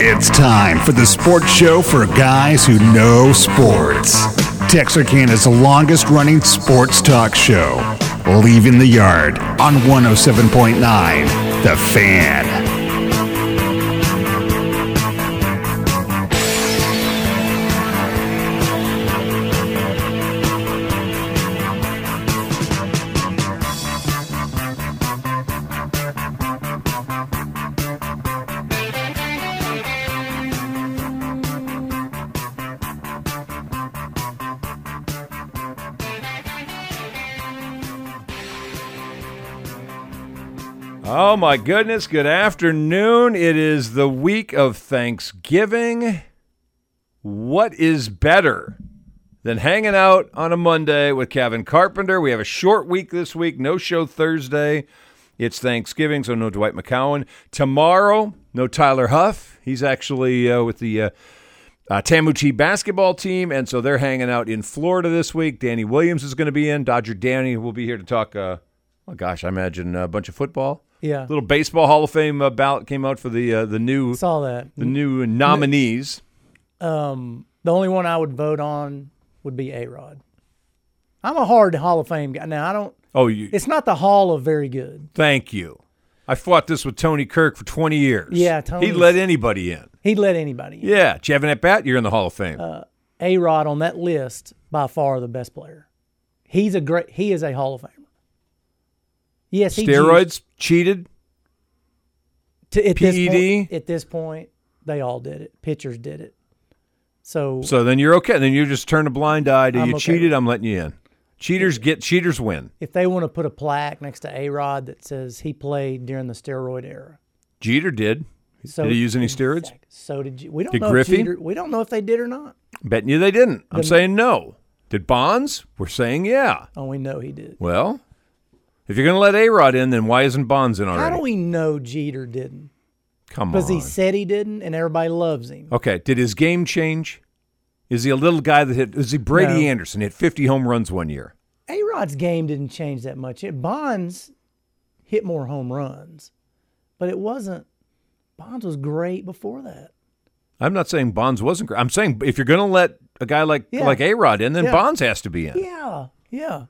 It's time for the sports show for guys who know sports. Texarkana's longest running sports talk show. Leaving the Yard on 107.9 The Fan. Oh my goodness, good afternoon. It is the week of Thanksgiving. What is better than hanging out on a Monday with Kevin Carpenter? We have a short week this week, no show Thursday. It's Thanksgiving, so no Dwight McCowan. Tomorrow, no Tyler Huff. He's actually uh, with the uh, uh, Tamuchi basketball team, and so they're hanging out in Florida this week. Danny Williams is going to be in. Dodger Danny will be here to talk. Uh, oh gosh, I imagine a bunch of football. Yeah. little baseball Hall of Fame uh, ballot came out for the uh, the new Saw that. the new nominees. Um, the only one I would vote on would be A Rod. I'm a hard Hall of Fame guy. Now I don't. Oh, you, It's not the Hall of very good. thank you. I fought this with Tony Kirk for 20 years. Yeah, He Tony's- let anybody in. He'd let anybody. in. Yeah, Jevin at bat, you're in the Hall of Fame. Uh, A Rod on that list by far the best player. He's a great. He is a Hall of Famer. Yes. He used- Steroids, E cheated. to, at This PED? point, at this point, they all did it. Pitchers did it. So, So then you're okay. Then you just turn a blind eye to I'm you okay cheated. with- I'm letting you in. Cheaters get cheaters win. if they want to put a plaque next to A Rod that says he played during the steroid era, Jeter did. so did he use any steroids? Exact- So did you? We don't Did know. Griffey? If Jeter, we don't know if they did or not. Betting you they didn't. I'm saying no. Did Bonds? We're saying yeah. Oh, we know he did. Well, if you're going to let A Rod in, then why isn't Bonds in How already? do we know Jeter didn't? Come on. Oh. Because he said he didn't, and everybody loves him. Okay. Did his game change? Is he a little guy that hit? Is he Brady No. Anderson hit 50 home runs one year? A Rod's game didn't change that much. It, Bonds hit more home runs, but it wasn't. Bonds was great before that. I'm not saying Bonds wasn't. great. I'm saying if you're going to let a guy like Yeah. like A Rod in, then Yeah. Bonds has to be in. Yeah, yeah.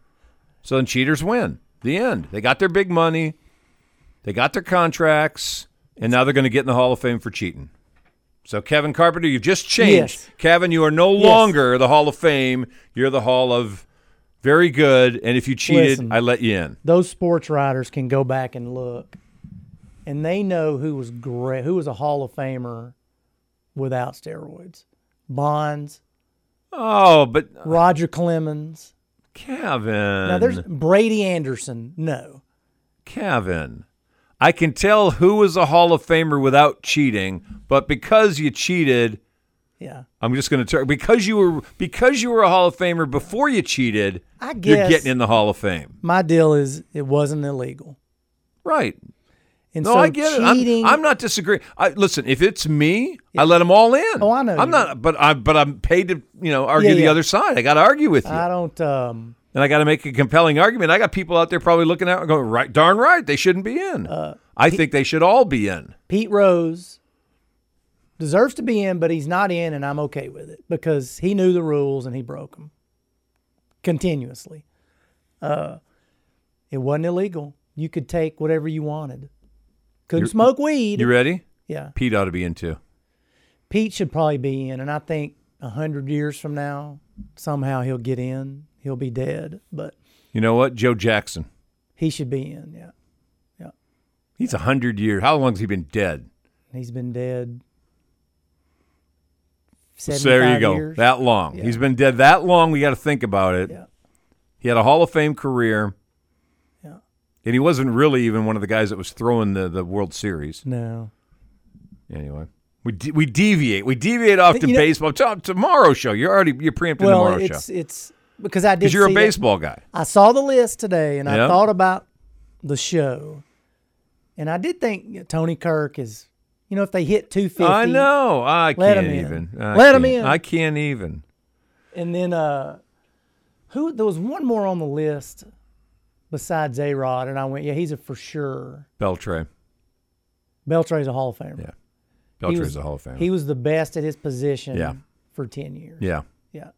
So then cheaters win. The end. They got their big money. They got their contracts, and now they're going to get in the Hall of Fame for cheating. So Kevin Carpenter, you've just changed. Yes. Kevin, you are no Yes. longer the Hall of Fame. You're the Hall of very good. And if you cheated, Listen. I let you in. Those sports writers can go back and look, and they know who was great, who was a Hall of Famer without steroids. Bonds, Oh, but Roger Clemens. Kevin. Now there's Brady Anderson. No, Kevin, I can tell who was a Hall of Famer without cheating, but because you cheated, yeah. I'm just going to turn because you were because you were a Hall of Famer before you cheated. I you're guess- getting in the Hall of Fame, My deal is it wasn't illegal. right? And No, so I get cheating, it. I'm, I'm not disagreeing. I, listen, if it's me, I let them all in. Oh, I know I'm you not, but I but I'm paid to you know argue Yeah, the yeah. other side. I got to argue with you, I don't. Um, and I got to make a compelling argument. I got people out there probably looking at it and going, right, darn right, they shouldn't be in. Uh, I think they should all be in. Pete Rose deserves to be in, but he's not in, and I'm okay with it because he knew the rules and he broke them continuously. Uh, it wasn't illegal. You could take whatever you wanted. Couldn't You're- smoke weed. You ready? yeah, Pete ought to be in too. Pete should probably be in, and I think a hundred years from now, somehow he'll get in. He'll be dead, but You know what? Joe Jackson. he should be in. Yeah, He's a 100 years. How long has he been dead? he's been dead. So there you 75 go. years. That long. Yeah. He's been dead that long. We got to think about it. Yeah. He had a Hall of Fame career. Yeah. And he wasn't really even one of the guys that was throwing the, the World Series. no. Anyway, we de- we deviate. We deviate off But to you know- baseball. Tom, tomorrow show. You're already you're preempting Well, tomorrow it's show it's because I did because you're a see that- baseball guy. I saw the list today, and Yeah. I thought about the show, and I did think Tony Kirk is, you know, if they hit two fifty, I know. I Let can't him in. even. I Let him can't- in. I can't even. And then uh, who there was one more on the list besides A Rod, and I went, yeah, he's a for sure. Beltray. Beltray's a Hall of Famer. Yeah. Belcher was- is a Hall of Famer. He was the best at his position Yeah. for 10 years. yeah. Yeah.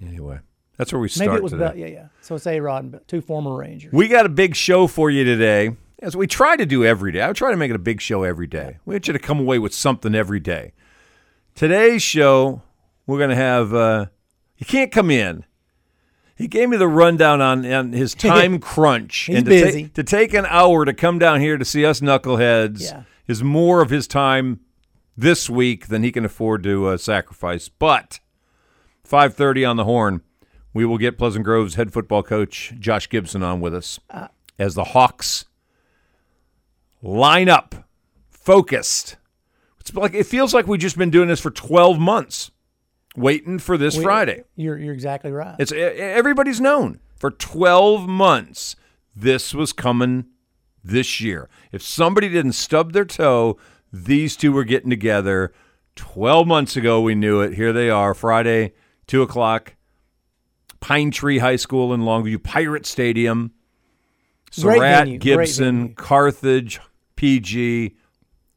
Anyway, that's where we Maybe start it was today. Bel- yeah, yeah. So it's A Rod and Bel- two former Rangers. We got a big show for you today, as we try to do every day. I try to make it a big show every day. We want you to come away with something every day. Today's show, we're going to have. Uh, you can't come in. He gave me the rundown on, on his time crunch. He's and to ta- busy. to take an hour to come down here to see us knuckleheads Yeah. is more of his time this week than he can afford to uh, sacrifice. But 5:30 on the horn, we will get Pleasant Grove's head football coach Josh Gibson on with us Uh. as the Hawks line up focused. It's like it feels like we've just been doing this for 12 months, waiting for this We- Friday. You're, you're exactly right. It's e- everybody's known for 12 months this was coming this year. If somebody didn't stub their toe, these two were getting together 12 months ago. We knew it. Here they are, Friday, 2 o'clock, Pine Tree High School in Longview, Pirate Stadium, Great Surratt, venue, great Gibson, venue. Carthage, PG,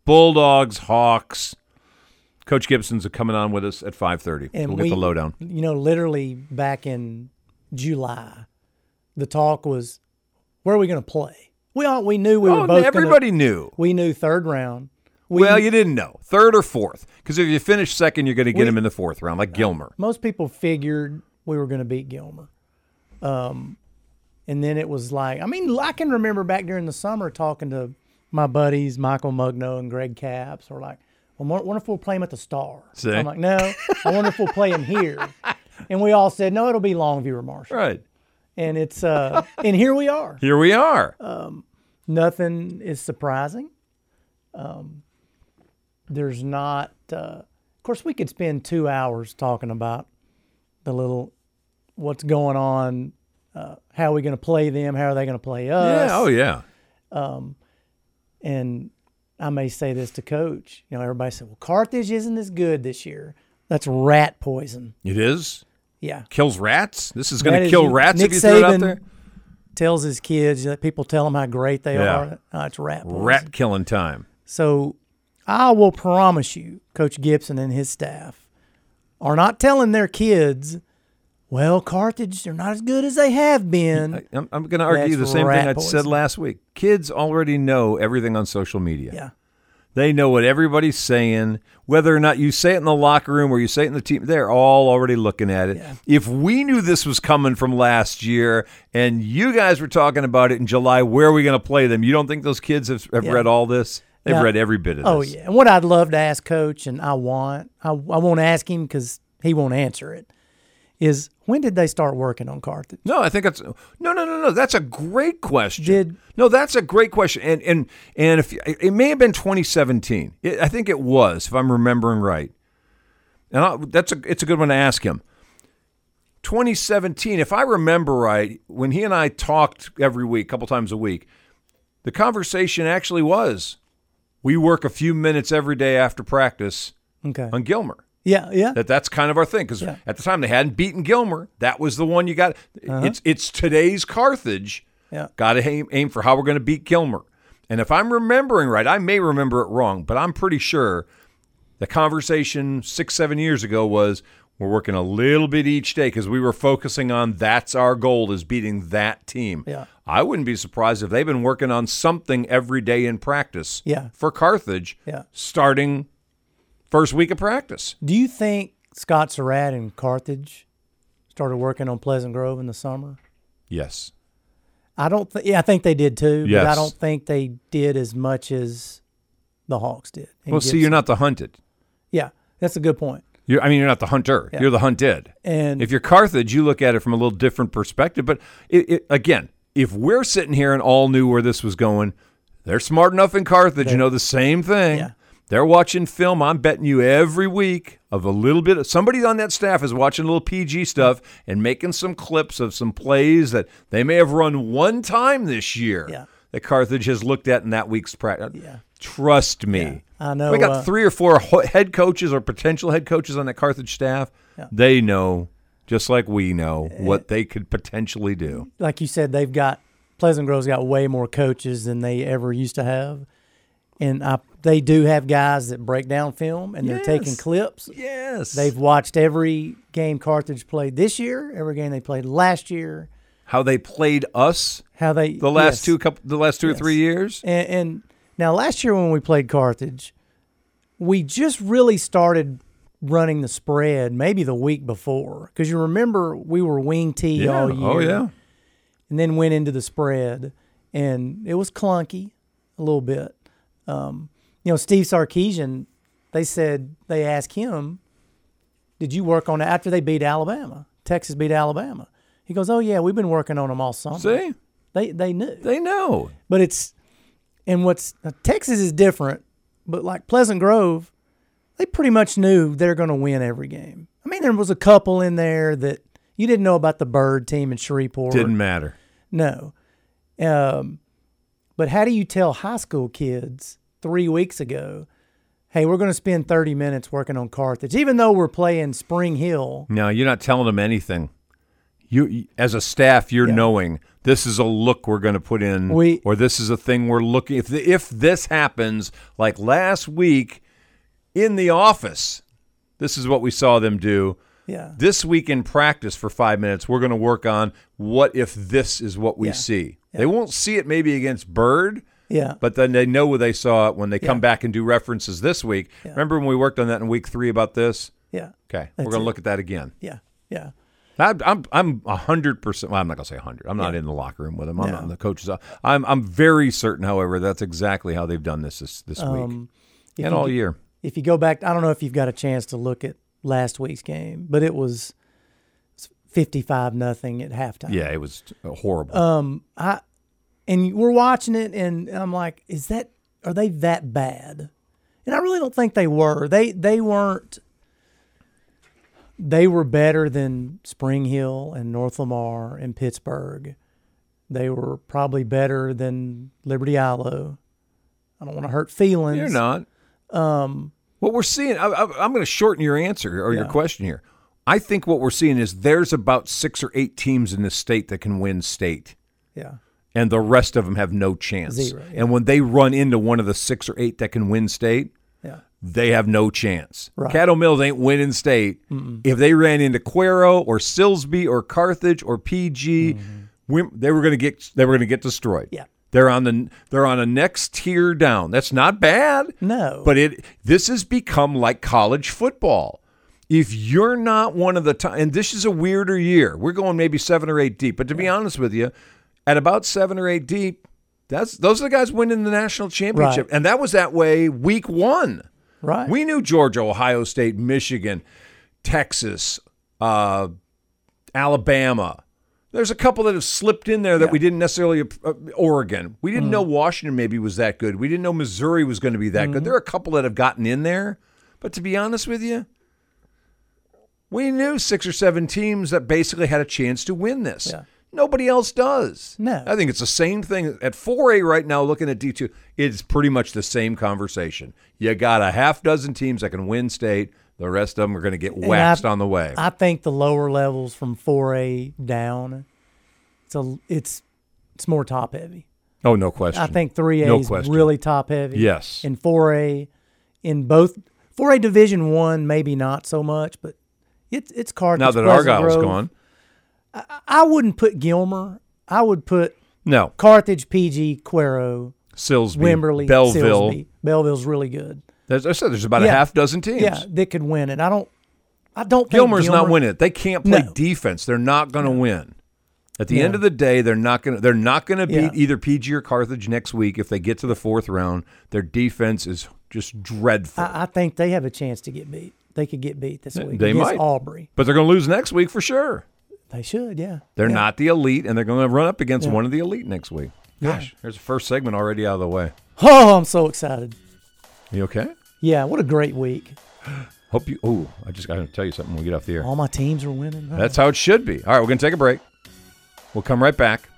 Bulldogs, Hawks. Coach Gibson's coming on with us at 5:30. And we'll get the lowdown. You know, literally back in July, the talk was, where are we going to play? We all, we knew we Oh, were both. everybody Gonna, knew. we knew third round. We, Well, you didn't know. Third or fourth. Because if you finish second, you're going to get We- Uh, him in the fourth round, like Gilmer. most people figured we were going to beat Gilmer. Um, and then it was like, I mean, I can remember back during the summer talking to my buddies, Michael Mugno and Greg Capps, or like, well, I wonder if we'll play him at the Star. See? I'm like, no, I wonder if we'll play him here. And we all said, no, it'll be Longview or Marshall. Right. And it's, uh, and here we are. Here we are. Uh, Nothing is surprising. Um, there's not, uh, of course, we could spend two hours talking about the little what's going on, uh, how are we going to play them, how are they going to play us. yeah. Oh, yeah. And I may say this to coach, you know, everybody said, well, Carthage isn't as good this year. That's rat poison. It is. Yeah. Kills rats. This is going That to is- kill rats Nick if you throw it out Saban there. Tells his kids, that people tell them how great they Yeah. are. No, it's rat poison. Rat killing time. So I will promise you, Coach Gibson and his staff are not telling their kids, well, Carthage, they're not as good as they have been. I- I'm, I'm going to argue That's the same thing rat I said poison. last week. Kids already know everything on social media. Yeah. They know what everybody's saying, whether or not you say it in the locker room or you say it in the team. They're all already looking at it. If we knew this was coming from last year and you guys were talking about it in July, where are we going to play them? You don't think those kids have, have Yeah. read all this? They've Yeah. read every bit of Oh, this. yeah. And what I'd love to ask Coach, and I want, I, I won't ask him because he won't answer it, is when did they start working on Carthage? No, I think that's no, no, no, no. That's a great question. Did- no, that's a great question. And and and if it may have been 2017, it, I think it was, if I'm remembering right. And I, that's a it's a good one to ask him. 2017, if I remember right, when he and I talked every week, a couple times a week, the conversation actually was, we work a few minutes every day after practice Okay. on Gilmer Yeah, yeah. that that's kind of our thing because Yeah. at the time they hadn't beaten Gilmer. That was the one you got. Uh-huh. It's it's today's Carthage. Yeah. Got to aim, aim for how we're going to beat Gilmer. And if I'm remembering right, I may remember it wrong, but I'm pretty sure the conversation six seven years ago was we're working a little bit each day because we were focusing on that's our goal is beating that team. Yeah. I wouldn't be surprised if they've been working on something every day in practice. Yeah. For Carthage. Yeah. Starting first week of practice. Do you think Scott Surratt and Carthage started working on Pleasant Grove in the summer? Yes. I don't think. Yeah, I think they did too. But I Yes. don't think they did as much as the Hawks did. and Well, see, Gibson. you're not the hunted. Yeah, that's a good point. You're, I mean, you're not the hunter. You're the hunted. And if you're Carthage, you look at it from a little different perspective. But it, it, again, if we're sitting here and all knew where this was going, they're smart enough in Carthage. You know the same thing. Yeah. They're watching film. I'm betting you every week of a little bit. Of, somebody on that staff is watching a little PG stuff and making some clips of some plays that they may have run one time this year. Yeah. That Carthage has looked at in that week's practice. Yeah. Trust me. I know, We got uh, three or four ho- head coaches or potential head coaches on that Carthage staff. They know, just like we know, Eh, what they could potentially do. like you said, they've got Pleasant Grove's got way more coaches than they ever used to have, and I, they do have guys that break down film and they're taking Yes. clips. Yes. They've watched every game Carthage played this year, every game they played last year, how they played us how they the last yes. two couple, the last two or three years. And, and now last year when we played Carthage, we just really started running the spread maybe the week before because you remember we were wing tee all year. Oh yeah. and then went into the spread, and it was clunky a little bit. Um, you know, Steve Sarkeesian, they said they asked him, "Did you work on it after they beat Alabama? Texas beat Alabama." He goes, "Oh yeah, we've been working on them all summer. See, They they knew, they know. but it's and what's now, Texas is different, but like Pleasant Grove." They pretty much knew they're going to win every game. I mean, there was a couple in there that you didn't know about the Bird team in Shreveport. Didn't matter. No. Um, but how do you tell high school kids three weeks ago, hey, we're going to spend 30 minutes working on Carthage, even though we're playing Spring Hill? No, you're not telling them anything. You, as a staff, you're knowing this is a look we're going to put in, We- or this is a thing we're looking. If the, if this happens, like last week in the office, this is what we saw them do. Yeah. This week in practice for five minutes, we're going to work on what if this is what we see. They won't see it maybe against Bird, Yeah. but then they know where they saw it when they come back and do references this week. Remember when we worked on that in week three about this? yeah. Okay, That's we're going it. to look at that again. Yeah. Yeah. I- I'm I'm a hundred percent. Well, I'm not gonna say hundred. I'm not in the locker room with him. I'm not in the coaches. I'm I'm very certain, however, that's exactly how they've done this this, this week and all year. Um, If you go back, I don't know if you've got a chance to look at last week's game, but it was 55 nothing at halftime. Yeah, it was uh, horrible. Um, and we're watching it and I'm like, is that are they that bad? And I really don't think they were. They they weren't they were better than Spring Hill and North Lamar and Pittsburgh. They were probably better than Liberty Islo. I don't want to hurt feelings. You're not. Um, what we're seeing, I, I, I'm going to shorten your answer or your question here. I think what we're seeing is there's about six or eight teams in this state that can win state. Yeah. and the rest of them have no chance. Zero, yeah. And when they run into one of the six or eight that can win state, Yeah. they have no chance. Right. Caddo Mills ain't winning state. If they ran into Cuero or Silsby or Carthage or PG, Wim they were going to get they were going to get destroyed. Mm-hmm. Yeah. They're on the they're on a next tier down. That's not bad. No. But it this has become like college football. If you're not one of the top, and this is a weirder year, we're going maybe seven or eight deep. But to be honest with you, at about seven or eight deep, that's those are the guys winning the national championship, Right. and that was that way week one. Right. We knew Georgia, Ohio State, Michigan, Texas, uh, Alabama. There's a couple that have slipped in there that we didn't necessarily. Uh, Oregon. We Mm-hmm. didn't know Washington maybe was that good. We didn't know Missouri was going to be that Mm-hmm. good. There are a couple that have gotten in there. But to be honest with you, we knew six or seven teams that basically had a chance to win this. Yeah. Nobody else does. No. I think it's the same thing at 4A right now, looking at D2. It's pretty much the same conversation. You got a half dozen teams that can win state, the rest of them are going to get And waxed I- on the way. I think the lower levels from 4A down, it's a, it's it's more top heavy. oh, no question. I think 3A No is question. really top heavy. Yes. In 4A, in both 4A Division One, maybe not so much, but it's it's Carthage. Now that Pleasant Argyle's Grove. gone, I wouldn't put Gilmer. I would put no. Carthage, PG, Cuero, Silsby, Wimberly, Belleville. Silsby. Belleville's really good. There's, I said there's about a Yeah. half dozen teams. Yeah, that could win it. I don't. I don't. Think Gilmer's Gilmer, not winning it. They can't play No. defense. They're not going to win. At the end of the day, they're not going to they're not going to beat Yeah. either PG or Carthage next week if they get to the fourth round. Their defense is just dreadful. I, I think they have a chance to get beat. They could get beat this week they against might. Aubrey. but they're going to lose next week for sure. They should. Yeah. They're Yeah. not the elite, and they're going to run up against one of the elite next week. Gosh, there's the first segment already out of the way. Oh, I'm so excited. You okay? Yeah. What a great week. Hope you. Oh, I just got to tell you something when we get off the air. All my teams are winning. huh? That's how it should be. All right, we're going to take a break. We'll come right back.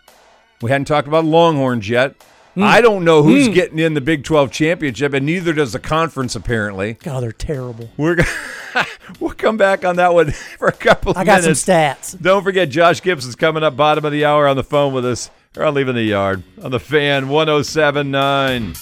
We hadn't talked about Longhorns yet. Hmm. I don't know who's getting in the Big 12 championship, and neither does the conference, apparently. God, they're terrible. We're gonna we'll come back on that one for a couple of I got some minutes. stats. Don't forget, Josh Gibson's coming up bottom of the hour on the phone oh with us. Or on Leaving the Yard on the fan 1079.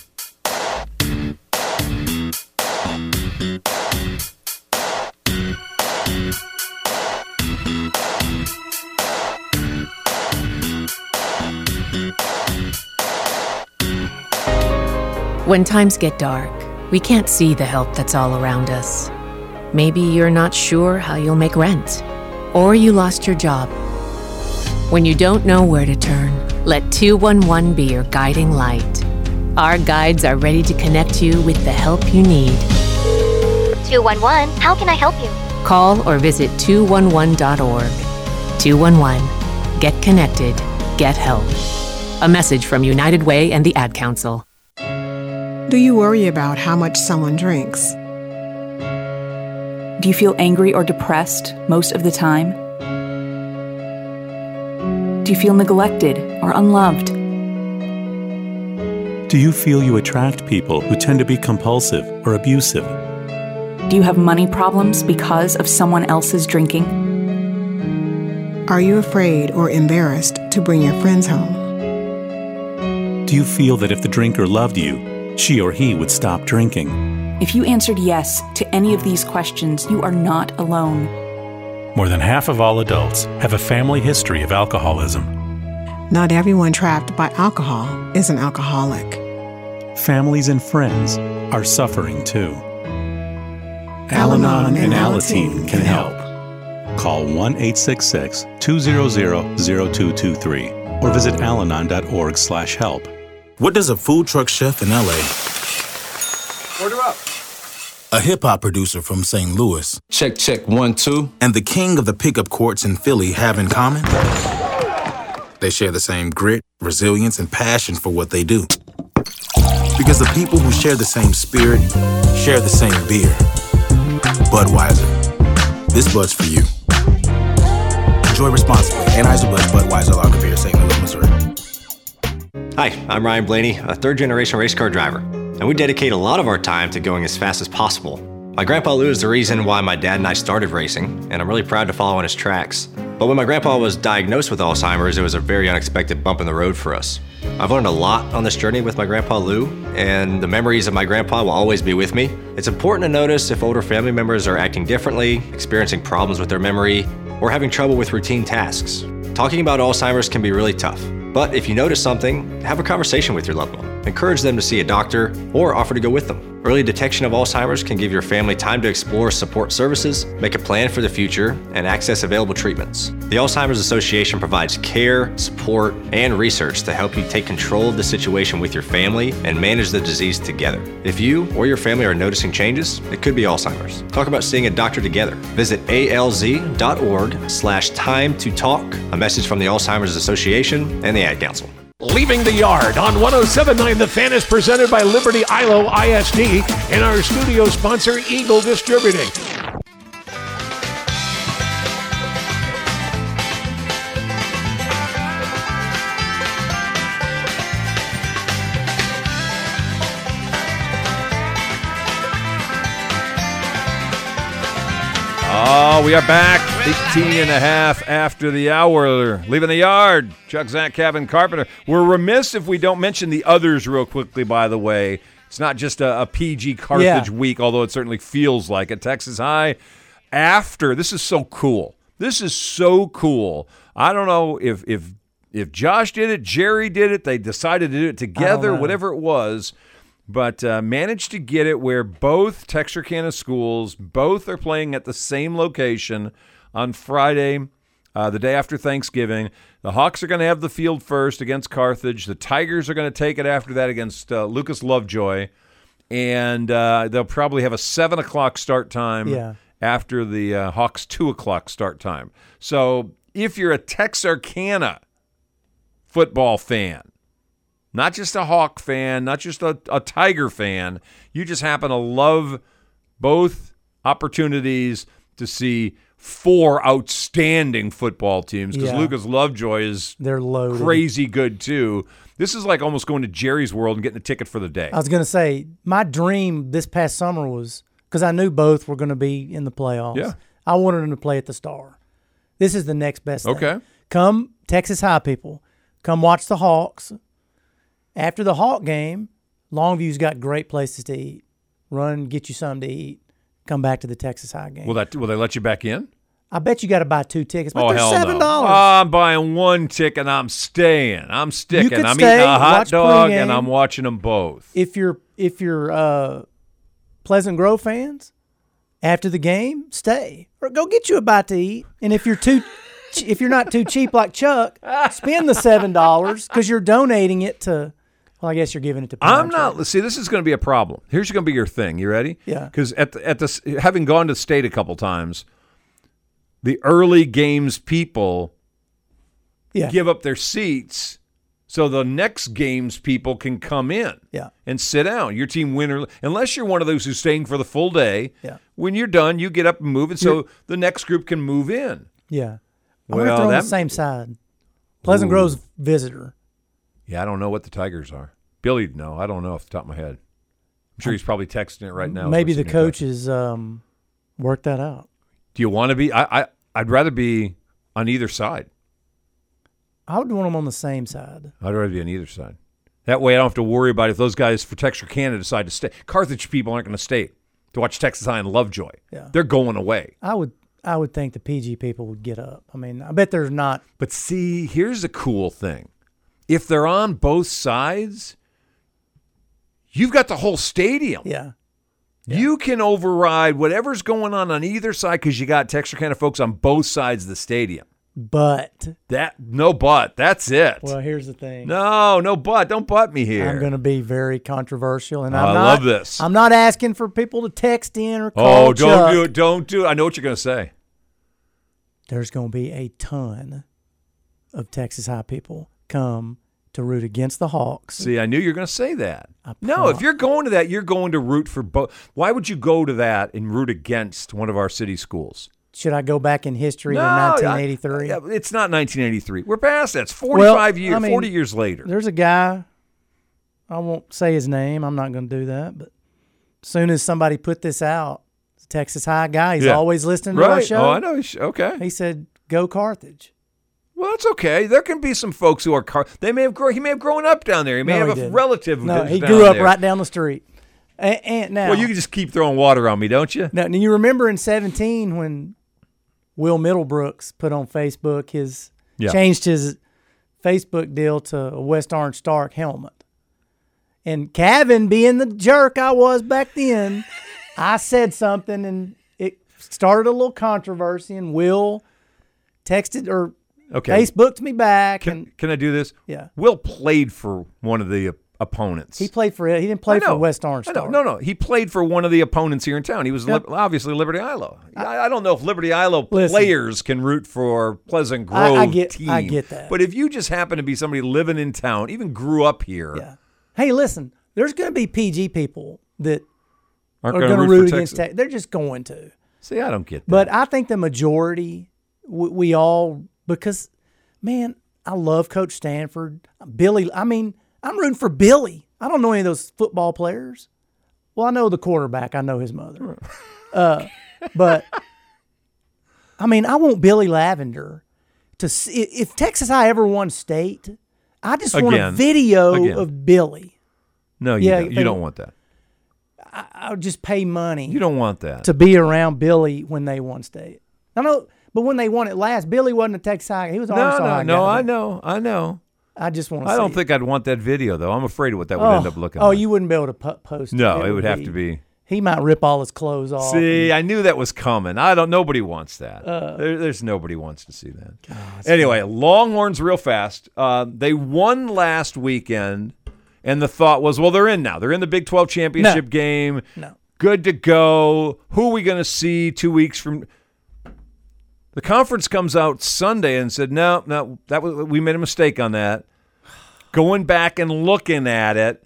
When times get dark, we can't see the help that's all around us. Maybe you're not sure how you'll make rent, or you lost your job. When you don't know where to turn, let 211 be your guiding light. Our guides are ready to connect you with the help you need. 211, how can I help you? Call or visit 211.org. 211. Get connected. Get help. A message from United Way and the Ad Council. Do you worry about how much someone drinks? Do you feel angry or depressed most of the time? Do you feel neglected or unloved? Do you feel you attract people who tend to be compulsive or abusive? Do you have money problems because of someone else's drinking? Are you afraid or embarrassed to bring your friends home? Do you feel that if the drinker loved you, she or he would stop drinking? If you answered yes to any of these questions, you are not alone. More than half of all adults have a family history of alcoholism. Not everyone trapped by alcohol is an alcoholic. Families and friends are suffering too. Al Anon Al-Anon and and Alateen Alateen can can help. Call 1 866 200 0223 or visit alanon.org slash help. What does a food truck chef in LA, Order up. a hip hop producer from St. Louis, Check, check, one, two. and the king of the pickup courts in Philly have in common? They share the same grit, resilience, and passion for what they do. Because the people who share the same spirit share the same beer. Budweiser. This bud's for you. Enjoy responsibly. Anheuser-Busch Budweiser Lager Beer, St. Louis, Missouri. Hi, I'm Ryan Blaney, a third generation race car driver, and we dedicate a lot of our time to going as fast as possible. My grandpa Lou is the reason why my dad and I started racing, and I'm really proud to follow in his tracks. But when my grandpa was diagnosed with Alzheimer's, it was a very unexpected bump in the road for us. I've learned a lot on this journey with my grandpa Lou, and the memories of my grandpa will always be with me. It's important to notice if older family members are acting differently, experiencing problems with their memory, or having trouble with routine tasks. Talking about Alzheimer's can be really tough, but if you notice something, have a conversation with your loved one. Encourage them to see a doctor or offer to go with them. Early detection of Alzheimer's can give your family time to explore support services, make a plan for the future, and access available treatments. The Alzheimer's Association provides care, support, and research to help you take control of the situation with your family and manage the disease together. If you or your family are noticing changes, it could be Alzheimer's. Talk about seeing a doctor together. Visit alz.org slash time to talk, a message from the Alzheimer's Association and the Ad Council. Leaving the Yard on 1079 The Fan is presented by Liberty ILO ISD and our studio sponsor, Eagle Distributing. Oh, we are back. 18 and a half after the hour. Leaving the yard. Chuck, Zach, Kevin, Carpenter. We're remiss if we don't mention the others real quickly, by the way. It's not just a, a PG Carthage Yeah. week, although it certainly feels like it. Texas High, after, this is so cool. This is so cool. I don't know if, if, if Josh did it, Jerry did it, they decided to do it together, whatever it was but uh, managed to get it where both Texarkana schools both are playing at the same location on Friday, uh, the day after Thanksgiving. The Hawks are going to have the field first against Carthage. The Tigers are going to take it after that against uh, Lucas Lovejoy, and uh, they'll probably have a seven o'clock start time Yeah. after the uh, Hawks two o'clock start time. So if you're a Texarkana football fan, not just a Hawk fan, not just a, a Tiger fan. You just happen to love both opportunities to see four outstanding football teams because Yeah. Lucas Lovejoy is They're loaded. crazy good too. This is like almost going to Jerry's World and getting a ticket for the day. I was gonna say my dream this past summer was because I knew both were gonna be in the playoffs. Yeah. I wanted them to play at the Star. This is the next best. thing. Okay. come Texas High people, come watch the Hawks. After the Hawk game, Longview's got great places to eat. Run, get you something to eat. Come back to the Texas High game. Will that will they let you back in? I bet you got to buy two tickets, but oh they're hell seven no! Ah. dollars. I'm buying one ticket. and I'm staying. I'm sticking. could I'm stay, eating a hot watch dog pregame. and I'm watching them both. if you're if you're uh, Pleasant Grove fans, after the game, stay or go get you a bite to eat. And if you're too if you're not too cheap like Chuck, spend the seven dollars because you're donating it to. Well, I guess you're giving it to. I'm not. See, this is going to be a problem. Here's going to be your thing. You ready? Yeah. Because at the, at the s- having gone to state a couple times, the early games people Yeah. give up their seats so the next games people can come in. Yeah. And sit down. Your team win or unless you're one of those who's staying for the full day. Yeah. When you're done, you get up and move, and so You're- the next group can move in. Yeah. I wonder if Well, they're on that- the same side. Pleasant Ooh. Grove's visitor. Yeah, I don't know what the Tigers are. Billy'd know. I don't know off the top of my head. I'm sure he's probably texting it right now. as Maybe we're the sitting here talking. coaches um, worked that out. Do you want to be? I, I I'd rather be on either side. I would want them on the same side. I'd rather be on either side. That way, I don't have to worry about if those guys for Texarkana decide to stay. Carthage people aren't going to stay to watch Texas High and Lovejoy. Yeah. They're going away. I would I would think the PG people would get up. I mean, I bet there's not. But see, here's the cool thing: if they're on both sides, you've got the whole stadium. Yeah. You can override whatever's going on on either side because you got Texarkana folks on both sides of the stadium. But That no but. That's it. well, here's the thing. No, no butt. Don't butt me here. I'm going to be very controversial, and Oh, I'm I not, love this. I'm not asking for people to text in or call. oh, don't Chuck. do it. Don't do it. I know what you're going to say. There's going to be a ton of Texas High people come to root against the Hawks. See, I knew you were going to say that. No, if you're going to that, you're going to root for both. Why would you go to that and root against one of our city schools? Should I go back in history No, to I- 1983? Yeah, it's not 1983. We're past that. It's 45 Well, years, I mean, 40 years later. There's a guy. I won't say his name. I'm not going to do that. But as soon as somebody put this out, it's a Texas High guy. He's Yeah. always listening to our Right. show. Oh, I know. he's- Okay. He said, "Go Carthage." Well, that's okay. There can be some folks who are car. They may have grown. He may have grown up down there. He may No, have a didn't. relative. who No, lives he down grew up there. right down the street. And, and now, Well, you can just keep throwing water on me, don't you? now, now you remember in '17 when Will Middlebrooks put on Facebook his Yeah. changed his Facebook deal to a West Orange Stark helmet. And Kevin, being the jerk I was back then, I said something and it started a little controversy. And Will texted or Okay. Facebooked me back. and Can, can I do this? Yeah. Will played for one of the op- opponents. he played for it. He didn't play I know. for West Orange I know. Stark. No, no. He played for one of the opponents here in town. He was Yep. Lib- obviously Liberty Ilo. I, I don't know if Liberty Ilo Listen. players can root for Pleasant I- I Grove get- team. I get that. But if you just happen to be somebody living in town, even grew up here, Yeah. Hey, listen, there's going to be PG people that aren't are gonna going to for root against Texas. Texas. They're just going to. See, I don't get that. But I think the majority, we, we all, because, man, I love Coach Stanford. Billy, I mean, I'm rooting for Billy. I don't know any of those football players. Well, I know the quarterback, I know his mother. Uh, but, I mean, I want Billy Lavender to see if Texas I ever won state. I just want a Again. video Again. of Billy. no, you yeah, don't. they- you don't want that. I, I'll just pay money. You don't want that. to be around Billy when they won state. I know, but when they won it last, Billy wasn't a Texas High. He was an no, Arkansas no, High no. guy. I know. I know. I just want to. I see don't it. think I'd want that video though. I'm afraid of what that would oh, end up looking Oh, like. you wouldn't be able to po- post. No, it would have to be- He might rip all his clothes off. See, I knew that was coming. I don't. Nobody wants that. Uh. There- there's nobody wants to see that. anyway, Longhorns real fast. Uh, they won last weekend, and the thought was, well, they're in now. They're in the Big 12 championship game. No. Good to go. Who are we going to see two weeks from? The conference comes out Sunday and said, no, no, that was, we made a mistake on that. Going back and looking at it,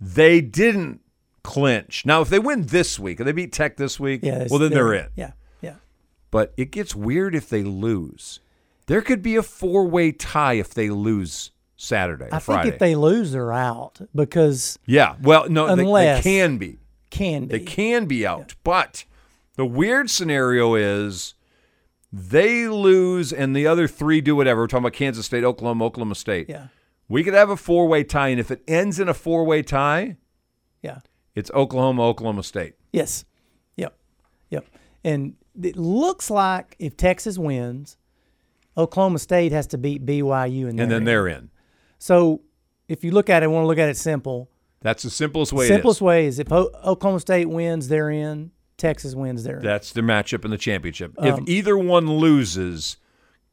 they didn't clinch. Now, if they win this week, if they beat Tech this week, Yeah. well, then they're in. Yeah. Yeah. But it gets weird if they lose. There could be a four way tie if they lose Saturday or I Friday. think if they lose, they're out because yeah, well, no, they- Unless- they can be. can be. They can be out. But the weird scenario is they lose and the other three do whatever. We're talking about Kansas State, Oklahoma, Oklahoma State. Yeah. We could have a four way tie, and if it ends in a four way tie, Yeah. it's Oklahoma, Oklahoma State. Yes. Yep. Yep. And it looks like if Texas wins, Oklahoma State has to beat BYU and, and then they're in. So if you look at it, want to look at it simple. That's the simplest way. it is. Simplest way is if o- Oklahoma State wins, they're in. Texas wins, they're in. That's their matchup in the championship. Um, if either one loses,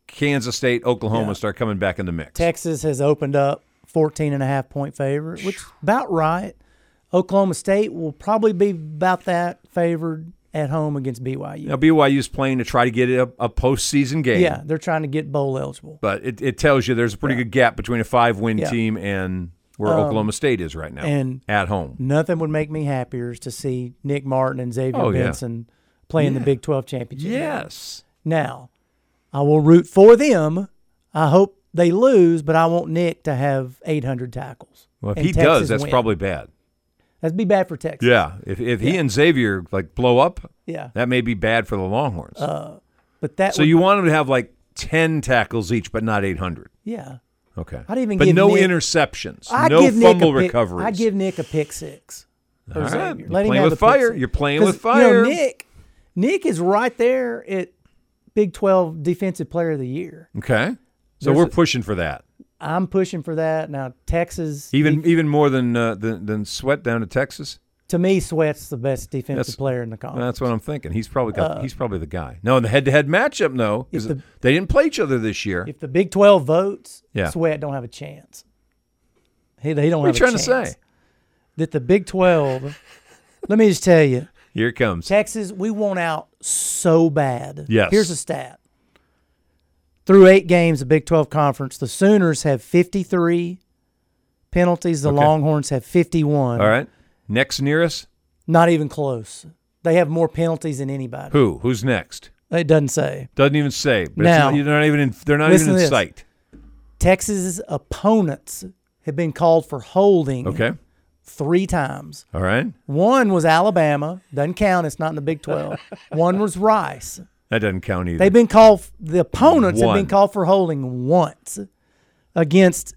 Kansas State, Oklahoma start coming back in the mix. Texas has opened up 14 and a half point favorite, which is about right. Oklahoma State will probably be about that favored at home against BYU. Now BYU's playing to try to get a, a postseason game. Yeah, they're trying to get bowl eligible. But it, it tells you there's a pretty good gap between a five win Yeah. team and where Um, Oklahoma State is right now. and- at home. Nothing would make me happier is to see Nick Martin and Xavier Oh, yeah. Benson playing the Yeah. Big 12 championship. game. Yes. Now, I will root for them. I hope they lose, but I want Nick to have 800 tackles. Well, if and he Texas does, that's win. probably bad. That'd be bad for Texas. Yeah. If, if he and Xavier like blow up, Yeah. that may be bad for the Longhorns. Uh, but that so would- you want him to have like ten tackles each, but not eight hundred. Yeah. Okay. I'd even but give no Nick- interceptions, I'd no give Nick a fumble pick- recoveries. I'd give Nick a pick six. All or right. Xavier. You're Let him playing have with a pick fire. six. You're playing 'Cause, with You fire. know, Nick, Nick is right there at Big 12 Defensive Player of the Year. Okay. So There's we're a- pushing for that. I'm pushing for that. Now, Texas, Even even more than uh, than, than Sweat down to Texas. to me, Sweat's the best defensive That's- player in the conference. That's what I'm thinking. He's probably got, Uh, he's probably the guy. No, in the head-to-head matchup, no, 'cause the- they didn't play each other this year. If the Big 12 votes, Yeah. Sweat don't have a chance. He, they don't What are have you a trying to chance. say? That the Big 12, let me just tell you, Here it comes. Texas, we want out so bad. Yes. Here's a stat. Through eight games, the Big 12 Conference, the Sooners have 53 penalties, the Okay. Longhorns have 51. All right. Next nearest, Not even close. They have more penalties than anybody. who? Who's next? It doesn't say. Doesn't even say. But Now- it's not, they're not even in, they're not Listen even to in this. sight. Texas's opponents have been called for holding Okay. three times. All right. One was Alabama. Doesn't count. It's not in the Big 12. One was Rice. That doesn't count either. They've been called, the opponents have One. been called for holding once against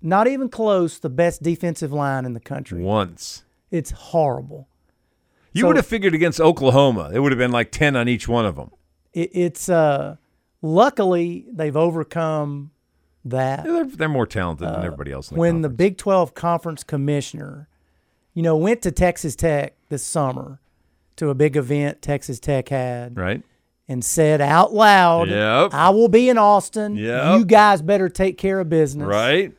not even close the best defensive line in the country. once. It's horrible. You So- would have figured against Oklahoma, it would have been like 10 on each one of them. It, it's, uh, luckily, they've overcome that. They're, they're more talented than everybody else. In the Uh, when the Big 12 conference commissioner, you know, went to Texas Tech this summer to a big event Texas Tech had. Right. And said out loud, Yep. I will be in Austin. Yep. You guys better take care of business. Right.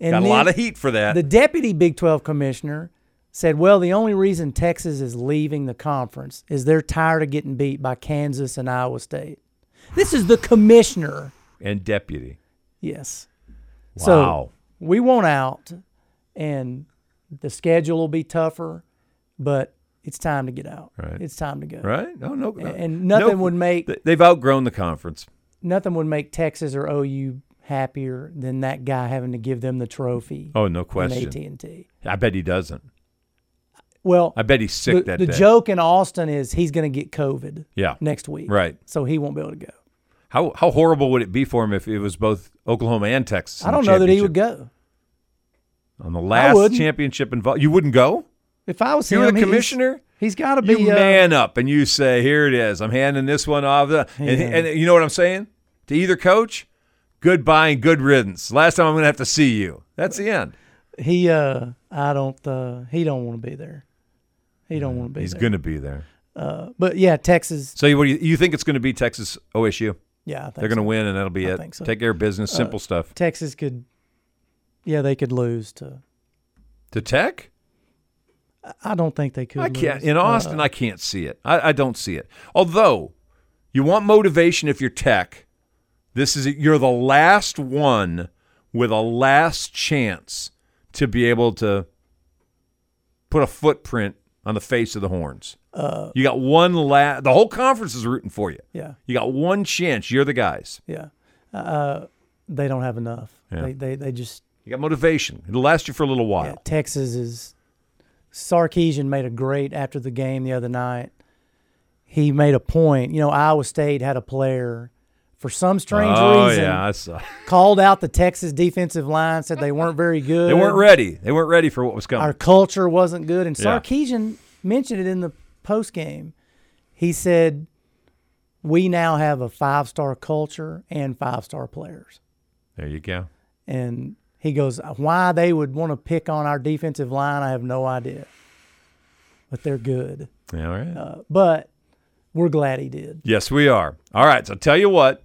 And Got a then lot of heat for that. The deputy Big 12 commissioner said, well, the only reason Texas is leaving the conference is they're tired of getting beat by Kansas and Iowa State. This is the commissioner. and deputy. Yes. Wow. So we want out, and the schedule will be tougher, but it's time to get out. Right. It's time to go. Right? No, no. And, and nothing no- would make they- They've outgrown the conference. nothing would make Texas or OU happier than that guy having to give them the trophy. Oh, no question. AT and T. I bet he doesn't. Well, I bet he's sick the, that the day. joke in Austin is he's going to get COVID. Yeah. Next week. Right. So he won't be able to go. How how horrible would it be for him if it was both Oklahoma and Texas? in I the don't know that he would championship? go. on the last wouldn't. championship involved. You wouldn't go. If I was You were him, the he's- commissioner? he's got to be You uh, man up and you say, "Here it is. I'm handing this one off." And, and you know what I'm saying to either coach? Goodbye and good riddance. Last time I'm going to have to see you. That's the end. He uh I don't uh he don't want to be there. He don't want to be He's there. going to be there. uh but yeah, Texas So you, what do you, you think it's going to be Texas OSU? Yeah, I think they're going to so. win, and that'll be I it. think so. Take care of business, Uh, simple stuff. Texas could yeah, they could lose to To Tech, I- I don't think they could I can't. lose. In Uh, Austin, I can't see it. I, I don't see it. Although, you want motivation if you're Tech. This is you're the last one with a last chance to be able to put a footprint on the face of the horns. Uh, you got one la The whole conference is rooting for you. Yeah. You got one chance. You're the guys. yeah. Uh they don't have enough. Yeah. They they they just You got motivation. It'll last you for a little while. yeah, Texas is Sarkeesian made a great after the game the other night. He made a point. You know, Iowa State had a player for some strange oh, reason Uh. yeah, I saw. called out the Texas defensive line, said they weren't very good. They weren't ready. They weren't ready for what was coming. Our culture wasn't good. And Yeah. Sarkeesian mentioned it in the post game. He said we now have a five star culture and five star players. There you go. And he goes, Why they would want to pick on our defensive line, I have no idea. But they're good. All right. Uh, but we're glad he did. Yes, we are. All right. So tell you what,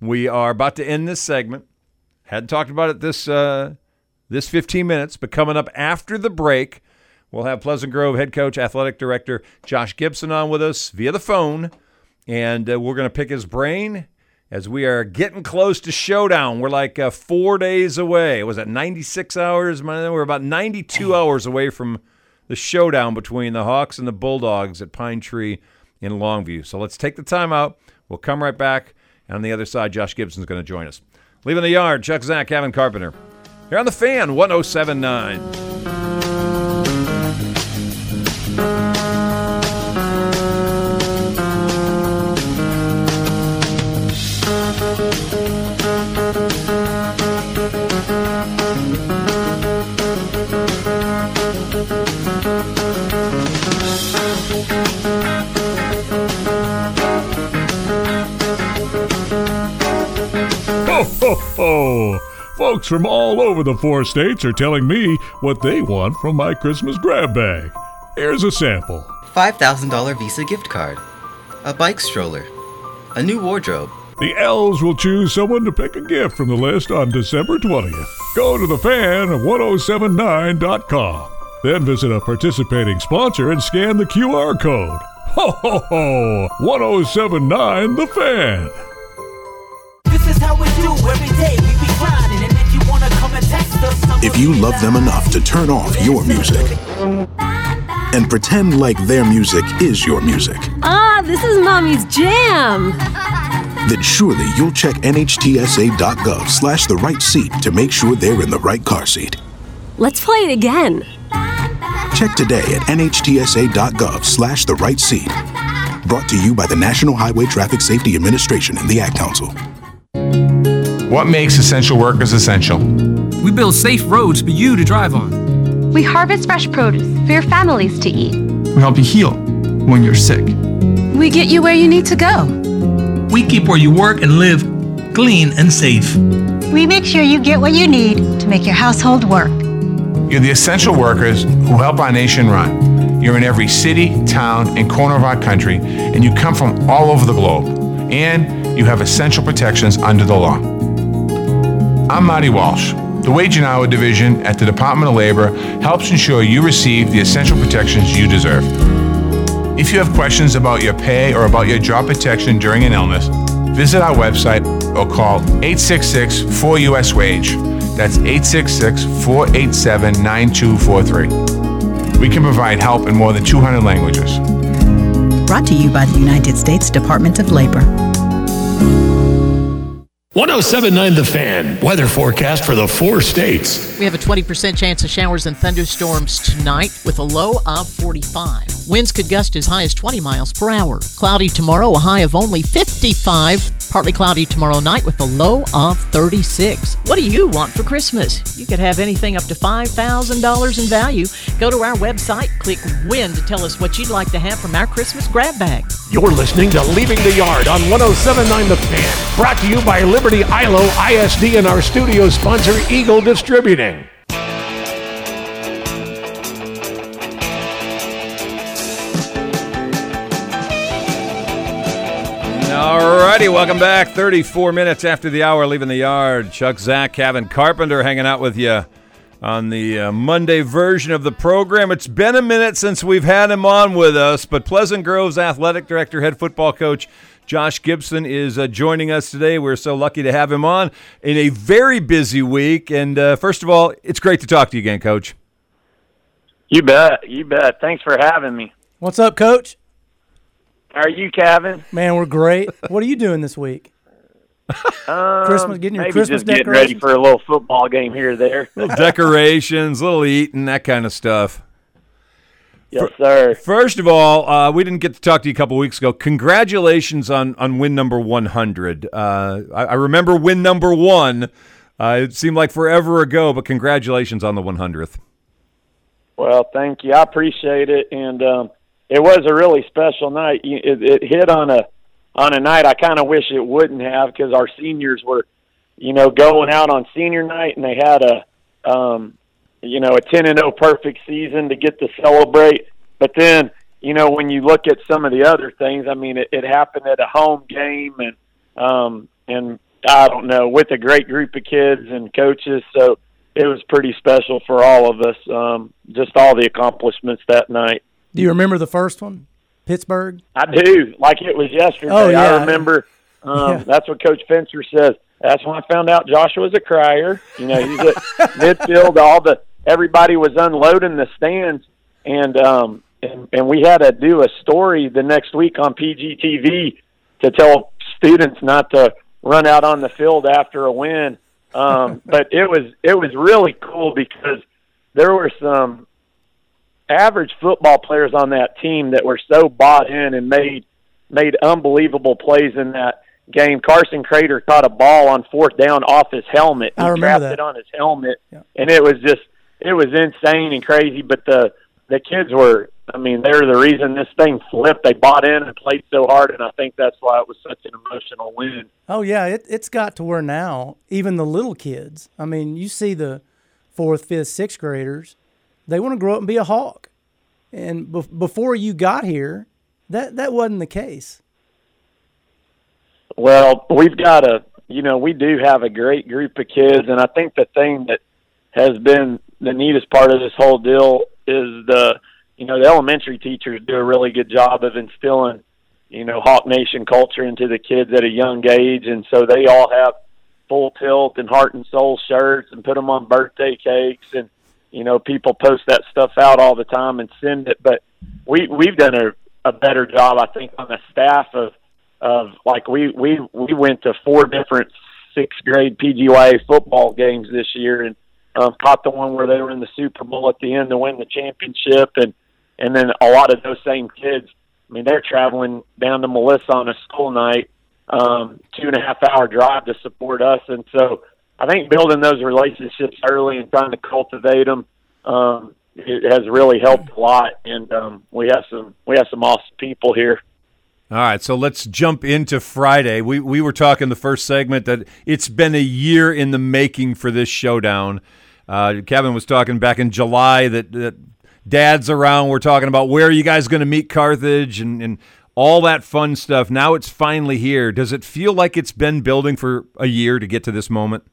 we are about to end this segment. Hadn't talked about it this uh, this 15 minutes, but coming up after the break, we'll have Pleasant Grove head coach, athletic director Josh Gibson on with us via the phone, and uh, we're going to pick his brain as we are getting close to showdown. We're like uh, four days away. Was it 96 hours? We're about 92 hours away from the showdown between the Hawks and the Bulldogs at Pine Tree in Longview. So let's take the time out. We'll come right back. And on the other side, Josh Gibson's going to join us. Leaving the yard, Chuck Zach, Kevin Carpenter. Here on the fan, 1079. Ho, ho, Oh, Folks from all over the four states are telling me what they want from my Christmas grab bag. Here's a sample $5,000 Visa gift card, a bike stroller, a new wardrobe. The elves will choose someone to pick a gift from the list on December 20th. Go to thefan1079.com. Then visit a participating sponsor and scan the QR code. Ho ho ho! 1079 The Fan! This is how we do every day. We be grinding, and if you wanna come and text us, I'm If you love them enough to turn off your music and pretend like their music is your music, Ah, this is mommy's jam. then surely you'll check nhtsa.gov slash the right seat to make sure they're in the right car seat. Let's play it again. Check today at nhtsa.gov slash the right seat. Brought to you by the National Highway Traffic Safety Administration and the Ad Council. What makes essential workers essential? We build safe roads for you to drive on. We harvest fresh produce for your families to eat. We help you heal when you're sick. We get you where you need to go. We keep where you work and live clean and safe. We make sure you get what you need to make your household work. You're the essential workers who help our nation run. You're in every city, town, and corner of our country, and you come from all over the globe. And you have essential protections under the law. I'm Marty Walsh. The Wage and Hour Division at the Department of Labor helps ensure you receive the essential protections you deserve. If you have questions about your pay or about your job protection during an illness, visit our website or call 866 4US Wage. E. That's 866 487 9243. We can provide help in more than 200 languages. Brought to you by the United States Department of Labor. 1079 The Fan, weather forecast for the four states. We have a 20% chance of showers and thunderstorms tonight with a low of 45. Winds could gust as high as 20 miles per hour. Cloudy tomorrow, a high of only 55. Partly cloudy tomorrow night with a low of 36. What do you want for Christmas? You could have anything up to $5,000 in value. Go to our website, click win to tell us what you'd like to have from our Christmas grab bag. You're listening to Leaving the Yard on 1079 The Fan, brought to you by Liberty ILO ISD and our studio sponsor, Eagle Distributing. All righty, welcome back. 34 minutes after the hour, leaving the yard. Chuck, Zach, Kevin Carpenter hanging out with you on the uh, Monday version of the program. It's been a minute since we've had him on with us, but Pleasant Grove's athletic director, head football coach Josh Gibson is uh, joining us today. We're so lucky to have him on in a very busy week. And uh, first of all, it's great to talk to you again, coach. You bet. You bet. Thanks for having me. What's up, coach? How are you, Kevin? Man, we're great. what are you doing this week? Um, Christmas- getting your maybe Christmas just getting ready decorations? for a little football game here or there. Little decorations, little eating, that kind of stuff. yes, sir. First of all, uh, we didn't get to talk to you a couple weeks ago. Congratulations on, on win number 100. Uh, I, I remember win number one. Uh, it seemed like forever ago, but congratulations on the 100th. Well, thank you. I appreciate it, and um, it was a really special night. You- It, it hit on a on a night I kind of wish it wouldn't have because our seniors were, you know, going out on senior night and they had a, um, you know, a ten and zero perfect season to get to celebrate. But then, you know, when you look at some of the other things, I mean, it, it happened at a home game and um, and I don't know with a great group of kids and coaches, so it was pretty special for all of us. Um, just all the accomplishments that night. Do you remember the first one, Pittsburgh? I do, like it was yesterday. Oh, yeah. I remember. Um, Yeah. That's what Coach Fencer says. That's when I found out Joshua's a crier. You know, he's at midfield. All the everybody was unloading the stands, and um, and, and we had to do a story the next week on PGTV to tell students not to run out on the field after a win. Um, but it was it was really cool because there were some average football players on that team that were so bought in and made made unbelievable plays in that game. Carson Crater caught a ball on fourth down off his helmet. I He remember trapped that. it on his helmet, and it was just it was insane and crazy. But the the kids were, I mean, they're the reason this thing flipped. They bought in and played so hard, and I think that's why it was such an emotional win. Oh yeah, it, it's got to where now even the little kids. I mean, you see the fourth, fifth, sixth graders, they want to grow up and be a hawk. And bef before you got here, that that wasn't the case. Well, we've got a, you know, we do have a great group of kids, and I think the thing that has been the neatest part of this whole deal is the, you know, the elementary teachers do a really good job of instilling, you know, Hawk Nation culture into the kids at a young age, and so they all have full tilt and heart and soul shirts and put them on birthday cakes and you know people post that stuff out all the time and send it but we we've done a, a better job i think on the staff of of like we we we went to four different sixth grade PGYA football games this year and um, caught the one where they were in the Super Bowl at the end to win the championship and and then a lot of those same kids I mean they're traveling down to Melissa on a school night um, two and a half hour drive to support us and so I think building those relationships early and trying to cultivate them um, it has really helped a lot and um, we have some we have some awesome people here. All right, so let's jump into Friday. We we were talking the first segment that it's been a year in the making for this showdown. Uh, Kevin was talking back in July that, that dads around were talking about where are you guys going to meet Carthage and, and all that fun stuff. Now it's finally here. Does it feel like it's been building for a year to get to this moment?